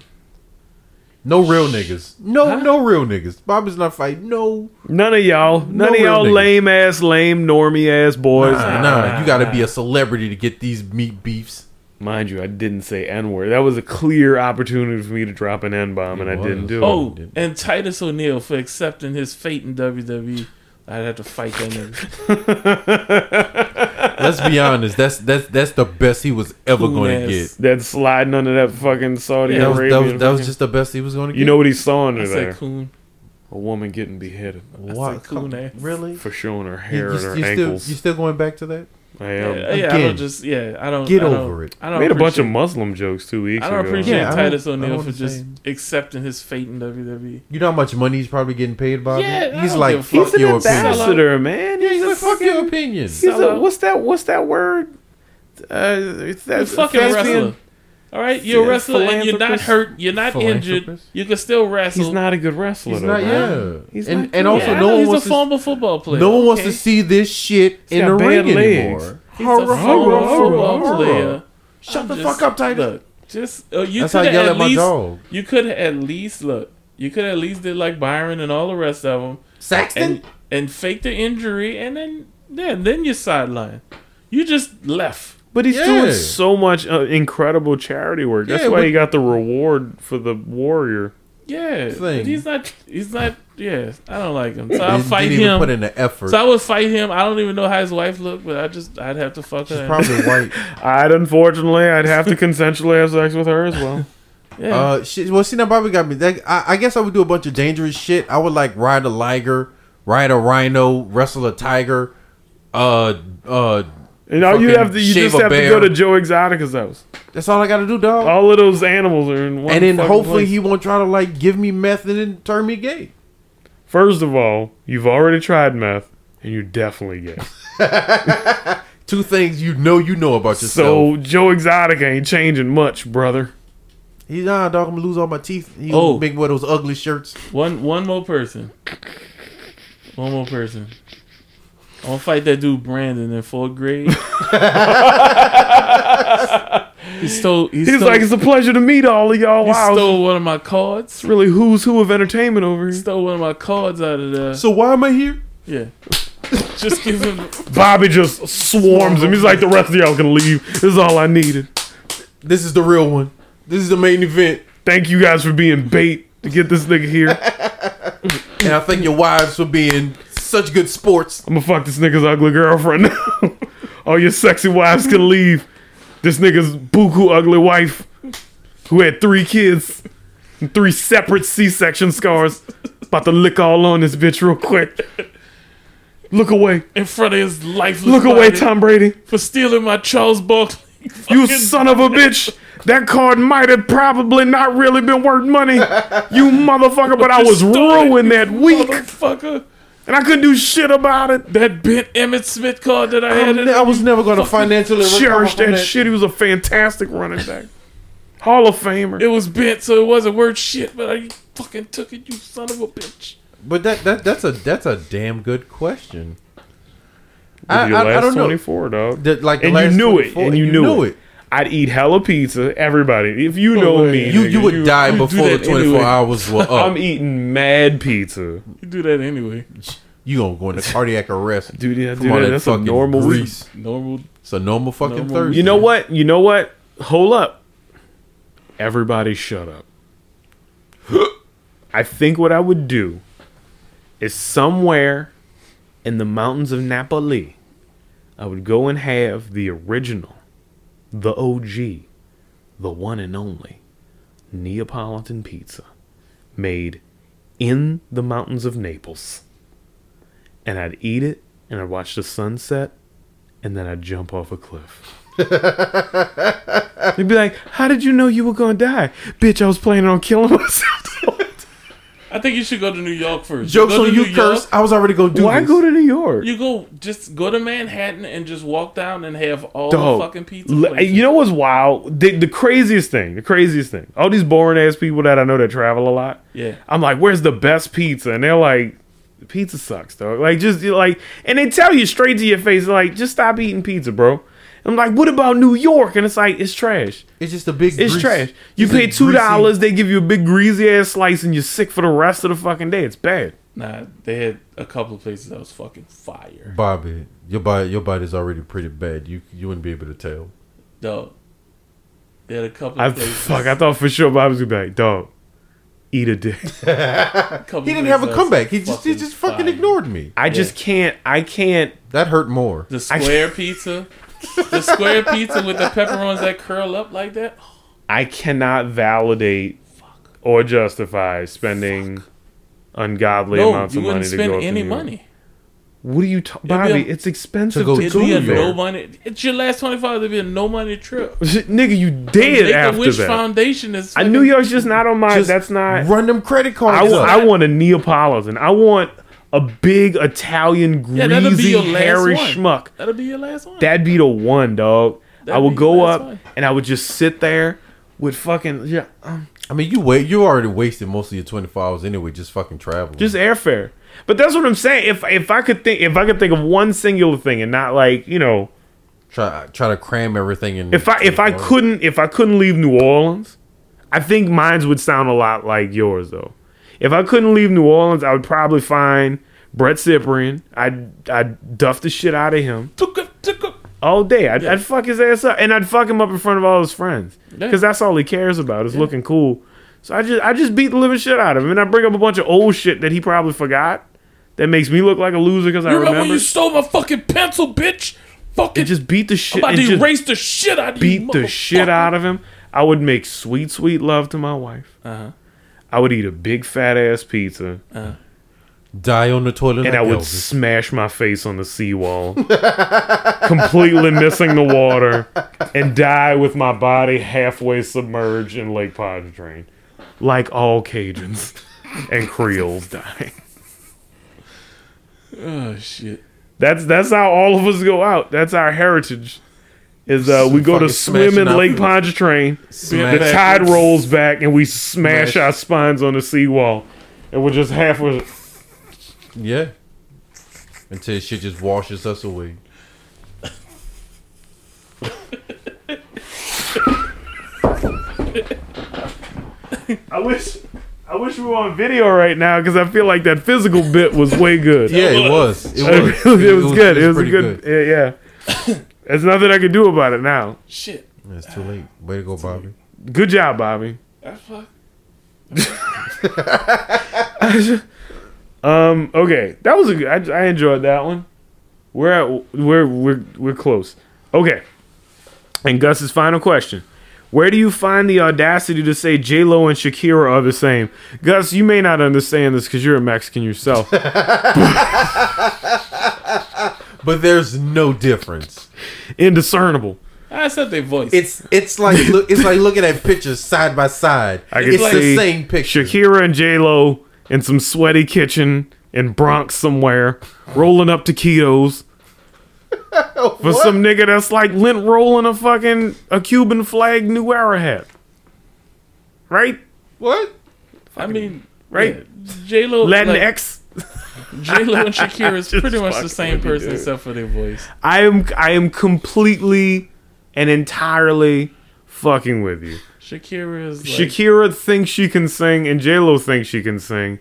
No real niggas. No, Huh? no real niggas. Bob is not fighting. No. None of y'all. No None of real y'all niggas. lame ass, lame normie ass boys. Nah, nah, you gotta be a celebrity to get these meat beefs. Mind you, I didn't say N word. That was a clear opportunity for me to drop an N bomb, and I was. didn't do it. Oh, and Titus O'Neil for accepting his fate in WWE. I'd have to fight that nigga. Let's be honest. That's that's that's the best he was ever Cool going to ass. get. That sliding under that fucking Saudi That was, that, Arabian. was, that was just the best he was going to get. you know what he saw under I there? said coon. A woman getting beheaded what? said coon ass. Really? for showing her You, hair you, and her you still you ankles. still going back to that? I am. Yeah, yeah, I Um, Again, don't just yeah, I don't get I don't- over it. I don't made a bunch of appreciate- Muslim jokes two weeks I don't ago. appreciate Yeah, I don't- Titus I O'Neil don't for just understand. accepting his fate in E. WWE. You know how much money he's probably getting paid, Bobby? Yeah, I he's don't like, give a fuck. fuck He's an your opinion. ambassador, man. He's, He's a like, fuck fucking. your opinion. He's a, Sellout. what's that? What's that word? Uh, it's that You're fucking thespian- wrestler. All right, you're a Yeah, wrestler and you're not philanthropist. hurt. You're not injured. Philanthropist. You can still wrestle. He's not a good wrestler. He's though, not. man. Yeah. He's and not- and yeah, also, I no know one he's wants a to. former football player. No one wants to okay? see this shit in got the bad ring legs. anymore. He's a former football player. Shut the just- fuck up, Titus. Just uh, you That's could how I yell at, at my least dog. you could at least look. You could at least did like Byron and all the rest of them, Saxton? and and fake the injury, and then then then you're sidelined. You just left. But he's Yeah. doing so much uh, incredible charity work. That's Yeah, why but- he got the reward for the warrior. Yeah, Thing. but he's not. He's not. Yeah, I don't like him. So I didn't fight even him. put in the effort. so I would fight him. I don't even know how his wife looked, but I just I'd have to fuck her. She's probably white. I'd unfortunately I'd have to consensually have sex with her as well. yeah, Uh, she, well, see, now Bobby got me. That, I, I guess I would do a bunch of dangerous shit. I would like ride a liger, ride a rhino, wrestle a tiger, uh, uh. You know, you Fucking have to you shave just a have to bear. go to Joe Exotica's house. That's all I gotta do, dog. All of those animals are in one. and then fucking hopefully place. he won't try to like give me meth and then turn me gay. First of all, you've already tried meth, and you're definitely gay. Two things you know you know about yourself. so Joe Exotic ain't changing much, brother. So he's nah, dog. I'm gonna lose all my teeth. He Oh. make one of those ugly shirts. one one more person. One more person. I'm gonna fight that dude Brandon in fourth grade. he stole. He He's stole, like, it's a pleasure to meet all of y'all. he Wow, stole one of my cards. it's really who's who of entertainment over He here. stole one of my cards out of there. So why am I here? yeah. Just give him. Bobby just swarms him. He's like, the rest of y'all can leave. This is all I needed. This is the real one. This is the main event. Thank you guys for being bait to get this nigga here. And I thank your wives for being such good sports. I'm gonna fuck this nigga's ugly girlfriend now. all your sexy wives can leave. This nigga's buku ugly wife who had three kids and three separate C-section scars. About to lick all on this bitch real quick. Look away. in front of his lifeless Look away, body Tom Brady. for stealing my Charles Barkley. You fucking- son of a bitch! That card might have probably not really been worth money, you motherfucker. But I was Stole it, ruined you that week, motherfucker. and I couldn't do shit about it. That bent Emmett Smith card that I had. I'm in ne- I was never gonna financially recover Cherish from that shit. He was a fantastic running back, Hall of Famer. It was bent, so it wasn't worth shit. But I fucking took it, you son of a bitch. But that, that that's a that's a damn good question. With I, your I, I last don't know. 24, dog. The- like the and you last knew it, 24, and you, knew, it. I'd eat hella pizza. Everybody, if you know way. me, You you nigga, would die you do before the that 24 anyway. hours were I'm e- up. eating mad pizza, You do that anyway. you gonna go into cardiac arrest dude. Yeah, from all dude that that's a fucking normal week. grease. Normal. It's a normal fucking Normal Thursday. You know what? You know what? Hold up. Everybody shut up. I think what I would do is somewhere in the mountains of Napoli, I would go and have the original, the OG, the one and only Neapolitan pizza made in the mountains of Naples. And I'd eat it and I'd watch the sunset and then I'd jump off a cliff. They'd be like, "How did you know you were gonna die, bitch? I was planning on killing myself. I think you should go to New York first. Jokes go on to you, New York, curse. I was already gonna do Why this. go to New York, You go just go to Manhattan and just walk down and have all dog? the fucking pizza. le- places. you know what's wild? The, the craziest thing, the craziest thing. All these boring ass people that I know that travel a lot. Yeah. I'm like, "Where's the best pizza?" And they're like, "The pizza sucks, dog." Like, just you're like, and they tell you straight to your face, like, "Just stop eating pizza, bro." I'm like, "What about New York?" And it's like, "It's trash." It's just a big. It's grease- trash. You it's a pay two greasy- dollars, they give you a big greasy ass slice, and you're sick for the rest of the fucking day. It's bad. Nah, they had a couple of places that was fucking fire. Bobby, your body, your body's already pretty bad. You you wouldn't be able to tell. Dog. They had a couple. I of places, fuck. I thought for sure Bob was gonna be like, dog, eat a dick. couple He places didn't have a that was comeback. He just he just fucking fire. ignored me. I just can't. I can't. That hurt more. The square pizza. The square pizza with the pepperonis that curl up like that. I cannot validate or justify spending ungodly No, amounts you of money wouldn't to spend go up to any New York. money. What are you, ta- be Bobby? a- it's expensive To go to, It'd do be a New no York. money. It's your last twenty five. It'd be a no money trip. Nigga, you dead Make a after Wish that. Foundation is. I fucking- New York's just not on my. Just That's not. run them credit cards. I, w- up. I want a Neapolitan. I want a big Italian Yeah, that'll be greasy your last hairy one. schmuck. That'll be your last one. That'd be the one, dog. I That'd would be go your up last one. and I would just sit there with fucking yeah, I mean, you wait. You already wasted most of your twenty four hours anyway, just fucking traveling. just airfare. But that's what I'm saying. If if I could think if I could think of one singular thing and not like you know try try to cram everything in. if I if I 24 hours. couldn't if I couldn't leave New Orleans, I think mines would sound a lot like yours though. If I couldn't leave New Orleans, I would probably find Brett Cyprian. I'd I'd duff the shit out of him. Took up, took up. all day. I'd, I'd fuck his ass up, and I'd fuck him up in front of all his friends Yeah. because that's all he cares about is looking cool. So I just I just beat the living shit out of him, and I bring up a bunch of old shit that he probably forgot that makes me look like a loser because I You remember, remember. when you stole my fucking pencil, bitch? Fucking and just beat the shit. I'm about and to just erase the shit out of you. beat the shit out of him. I would make sweet, sweet love to my wife. Uh-huh. I would eat a big fat ass pizza, Die on the toilet. and like I would Elvis. smash my face on the seawall, completely missing the water, and die with my body halfway submerged in Lake Pontchartrain, like all Cajuns and Creoles die. Oh shit. That's that's how all of us go out. That's our heritage. Is uh, we go to Fucking swim in smashing our Lake food. Pontchartrain. Smash- the Backwards. tide rolls back and we smash, Smash. our spines on the seawall and we're just halfway Yeah. Until shit just washes us away. i wish i wish we were on video right now because i feel like that physical bit was way good Yeah, it was. It it, was. really- it was good it was, a pretty good, yeah yeah there's nothing i can do about it now Shit. It's too late. Way to go, Bobby. good job bobby I fuck. um okay that was a good i, I enjoyed that one we're at we're we're we're close okay and gus's final question Where do you find the audacity to say J Lo and Shakira are the same? Gus, you may not understand this because you're a Mexican yourself. But there's no difference. Indiscernible. I said they voice. It's it's like look, it's like looking at pictures side by side. I can it's see the same picture. Shakira and J Lo in some sweaty kitchen in Bronx somewhere, rolling up taquitos. For some nigga that's like lint rolling a fucking a Cuban flag new era hat. Right? What? I mean, Right? J Lo, like, Latinx. J Lo, and Shakira is Just pretty much fucking the same with you, person dude. except for their voice. I am I am completely and entirely fucking with you. Shakira is like, Shakira thinks she can sing, and J Lo thinks she can sing.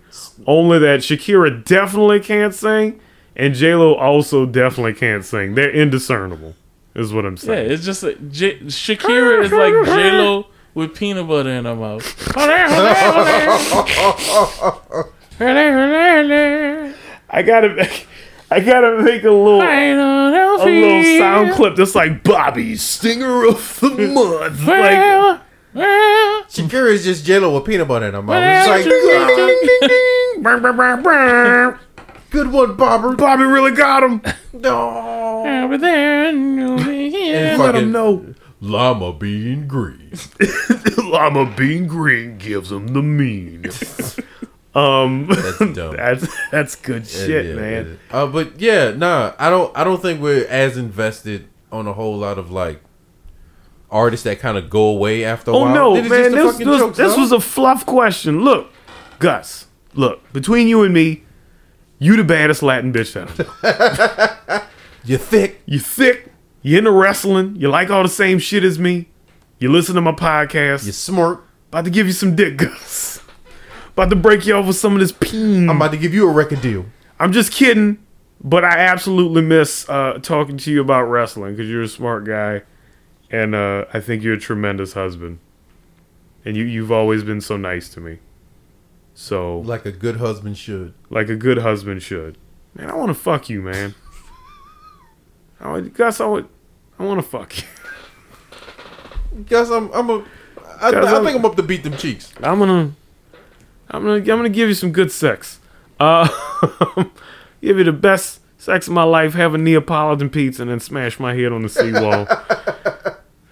Only that Shakira definitely can't sing, and J Lo also definitely can't sing. They're indiscernible, is what I'm Yeah, saying. it's just like J- Shakira is like J Lo with peanut butter in her mouth. I gotta, I gotta make a little, a little sound clip that's like Bobby Stinger of the Month. Like, Shakira is just Jello with peanut butter in her mouth. It's like "Ah, brr, brr, brr, brr. good one, Bobber. Bobby really got him. No. Over there, and over here. Let him know. Llama bean green. Llama Bean Green gives him the mean. um, That's dumb. that's that's good shit, Yeah, man. yeah. Uh, but yeah, nah, I don't. I don't think we're as invested on a whole lot of like artists that kind of go away after a Oh while. no, It is man! just a This, fucking this- joke, this son. was a fluff question. Look, Gus. Look between you and me, you the baddest Latin bitch that I know. you thick. You thick. You into wrestling. You like all the same shit as me. You listen to my podcast. You smirk. About to give you some dick, Gus. About to break you off with some of this peen. I'm about to give you a record deal. I'm just kidding, but I absolutely miss uh, talking to you about wrestling because you're a smart guy, and uh, I think you're a tremendous husband, and you you've always been so nice to me. So Like a good husband should. like a good husband should. Man, I want to fuck you, man. I would, Gus, I would, I want to fuck you. Guess I'm. I'm a. I, Guys, I I'm- think I'm up to beat them cheeks. I'm gonna, I'm gonna, I'm gonna give you some good sex. Uh, give you the best sex of my life. Have a Neapolitan pizza and then smash my head on the seawall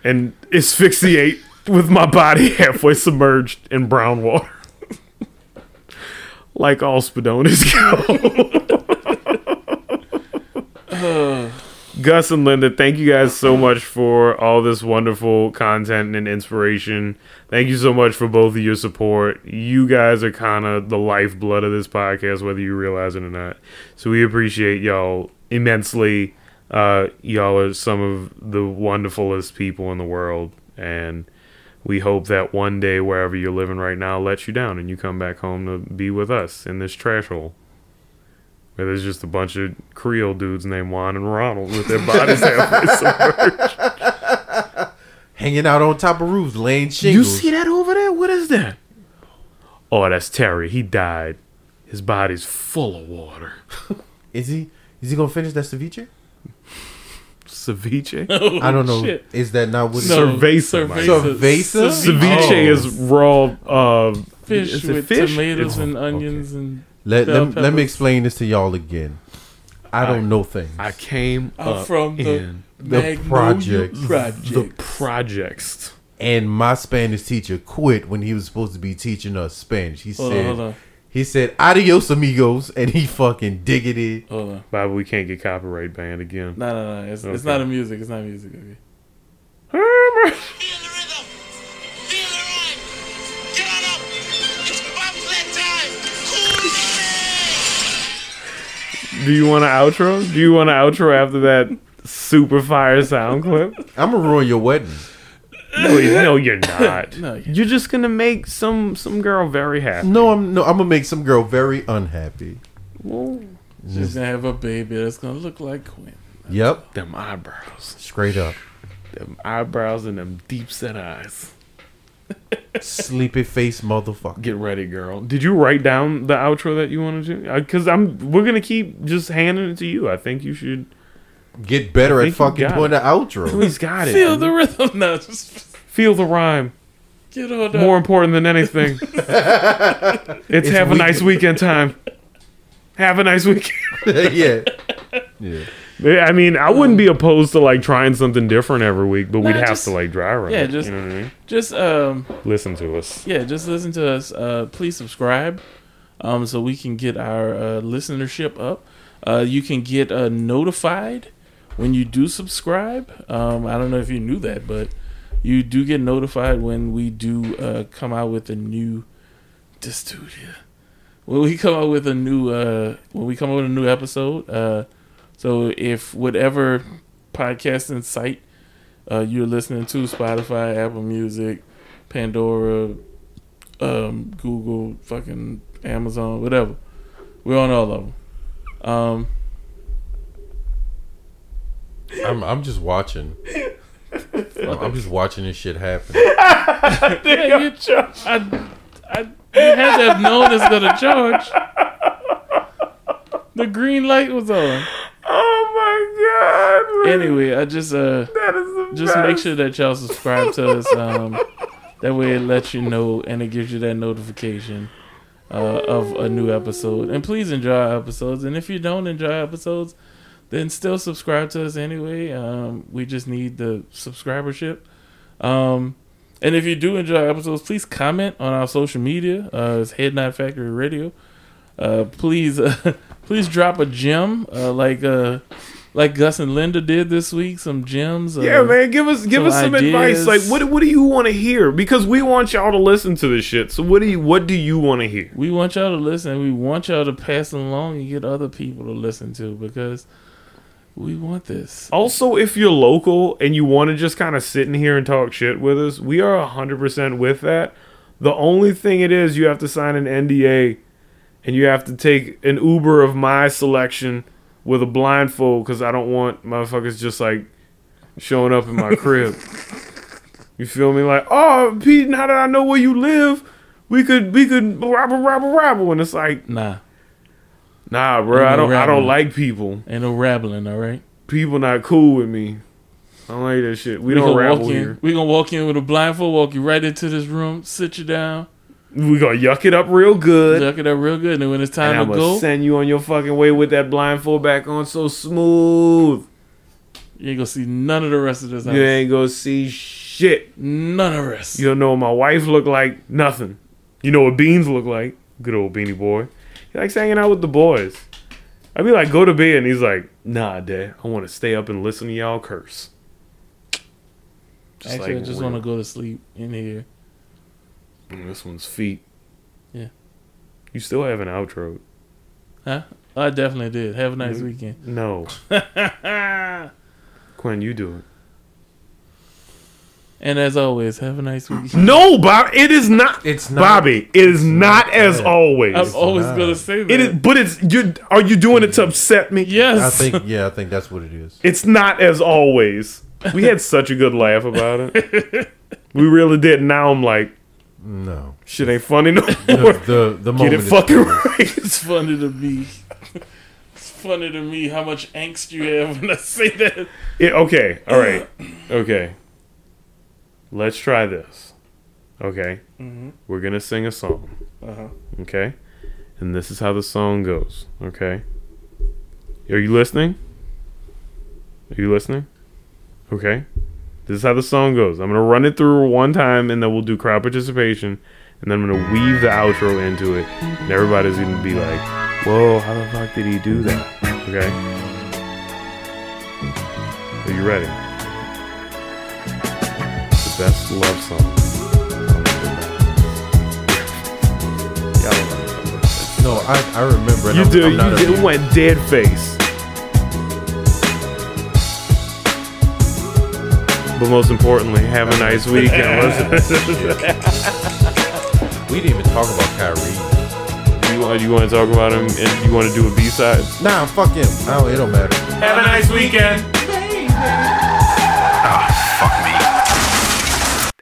and asphyxiate with my body halfway submerged in brown water, like all Spedonis go. Gus and Linda, thank you guys so much for all this wonderful content and inspiration. Thank you so much for both of your support. You guys are kind of the lifeblood of this podcast, whether you realize it or not. So we appreciate y'all immensely. Uh, y'all are some of the wonderfulest people in the world, and we hope that one day, wherever you're living right now, lets you down and you come back home to be with us in this trash hole. And there's just a bunch of Creole dudes named Juan and Ronald with their bodies halfway submerged. Hanging out on top of roofs, laying You shingles. see that over there? What is that? Oh, that's Terry. He died. His body's full of water. Is he? Is he gonna finish that ceviche? Ceviche? Oh, I don't know. shit. Is that not what? No, Cerveza, Mike. Cerveza? Ceviche is raw uh, fish is it with fish? tomatoes It's- and onions and Let, bell let, let me peppers. explain this to y'all again. I don't know things. I came I'm up from the, in the Magnolia project. project. Uh, the projects. and my Spanish teacher quit when he was supposed to be teaching us Spanish. He Hold on, said, hold on. he said, adios amigos, and he fucking diggited. Hold on. Bobby, we can't get copyright banned again. No, no, no. It's, it's Okay. not a music. It's not music. Okay. Feel the rhythm. Feel the rhyme. Get on up. It's Bob Flat time. Cool Do you want an outro? Do you want an outro after that super fire sound clip? I'm gonna ruin your wedding. No, you- no, you're not. No, you're- you're just gonna make some some girl very happy. No, I'm no, I'm gonna make some girl very unhappy. She's gonna have a baby that's gonna look like Quinn. Yep, Them eyebrows, straight up. them eyebrows, and them deep set eyes. Sleepy face motherfucker. Get ready, girl. Did you write down the outro that you wanted to? Because I'm we're gonna keep just handing it to you. I think you should. Get better I at think you fucking got doing it. the outro. Please, got it. Feel the rhythm. No, just Feel the rhyme. get on up. More important than anything. it's, have a weekend. nice weekend time. Have a nice weekend. yeah, yeah. Yeah, I mean, I wouldn't be opposed to like trying something different every week, but we'd Nah, have just- to like dry run. yeah, it, just- you know what I mean? Just um, Listen to us. yeah, just listen to us. Uh, please subscribe, um, so we can get our uh, listenership up. Uh, you can get uh, notified when you do subscribe. Um, I don't know if you knew that, but you do get notified when we do uh, come out with a new this dude here. When we come out with a new uh, when we come out with a new episode. Uh, so if whatever podcasting site uh, you're listening to, Spotify, Apple Music, Pandora, um, Google, fucking Amazon, whatever. We're on all of them. Um, I'm I'm just watching. I'm, I'm just watching this shit happen. yeah, you, I, I, you had to have known it's gonna charge. The green light was on. Oh my god! Anyway, I just uh, that is just make sure that y'all subscribe to us. Um, that way it lets you know and it gives you that notification uh, of a new episode. And please enjoy our episodes. And if you don't enjoy episodes, then still subscribe to us anyway. Um, we just need the subscribership. Um, and if you do enjoy our episodes, please comment on our social media. Uh, it's Head Not Factory Radio. Uh, please, uh, please drop a gem uh, like uh, like Gus and Linda did this week. Some gems. Uh, Yeah, man, give us give some us some advice. ideas. Like, what what do you want to hear? Because we want y'all to listen to this shit. So, what do you what do you want to hear? we want y'all to listen. We want y'all to pass along and get other people to listen to because we want this. Also, if you're local and you want to just kind of sit in here and talk shit with us, we are hundred percent with that. The only thing it is, you have to sign an NDA, and you have to take an Uber of my selection with a blindfold because I don't want motherfuckers just like showing up in my crib. You feel me? Like, oh, Pete, now that I know where you live, we could we could rabble rabble rabble, and it's like, Nah, nah, bro, I Ain't no don't I don't rabble. like people. ain't no rabbling. All right, People not cool with me. I don't like that shit. We, we don't gonna rabble walk in. here. We gonna walk in with a blindfold. Walk you right into this room. Sit you down. We gonna yuck it up real good. Look at that real good. And then when it's And time I'm to gonna go, send you on your fucking way with that blindfold back on so smooth. you ain't gonna see none of the rest of this house. You ain't gonna see shit. None of the rest. You don't know what my wife look like? Nothing. You know what beans look like? Good old beanie boy. He likes hanging out with the boys. I'd be like, go to bed, and he's like, nah, dad, I want to stay up and listen to y'all curse. Actually, I like just real- want to go to sleep in here. Mm, This one's feet. Yeah. You still have an outro. Huh? Oh, I definitely did. Have a nice Mm-hmm. weekend. No. Quinn, you do it. And as always, have a nice week. No, Bob. It is not. It's It's not. Bobby. It is not, as always. I'm always gonna say that. it is, but it's you. Are you doing it to upset me? yes. I think yeah, I think that's what it is. It's not as always. We had such a good laugh about it. we really did. Now I'm like, No, shit ain't funny no more. the the Get moment it is- fucking right. it's funny to me. It's funny to me how much angst you have when I say that. It- okay. All right. Okay. Let's try this. Okay. We're gonna sing a song. Okay. And this is how the song goes. Okay. Are you listening? Are you listening? Okay. This is how the song goes. I'm gonna run it through one time, and then we'll do crowd participation, and then I'm gonna weave the outro into it, and everybody's gonna be like, "Whoa, how the fuck did he do that?" Okay. Are you ready? The best love song. No, I, I remember. and You I'm, do. I'm not You a- do. It went dead face. But most importantly, have a nice weekend. Listen, We didn't even talk about Kyrie. you want you want to talk about him and you want to do a B side. Nah, fuck him. I don't, it don't matter. Have a nice weekend.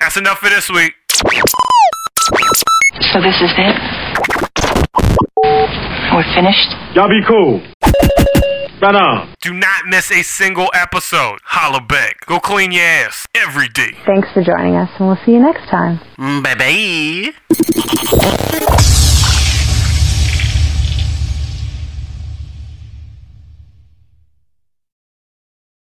That's enough for this week. So this is it? We're finished? Do not miss a single episode. Holla back. Go clean your ass every day. Thanks for joining us, and we'll see you next time. Bye bye.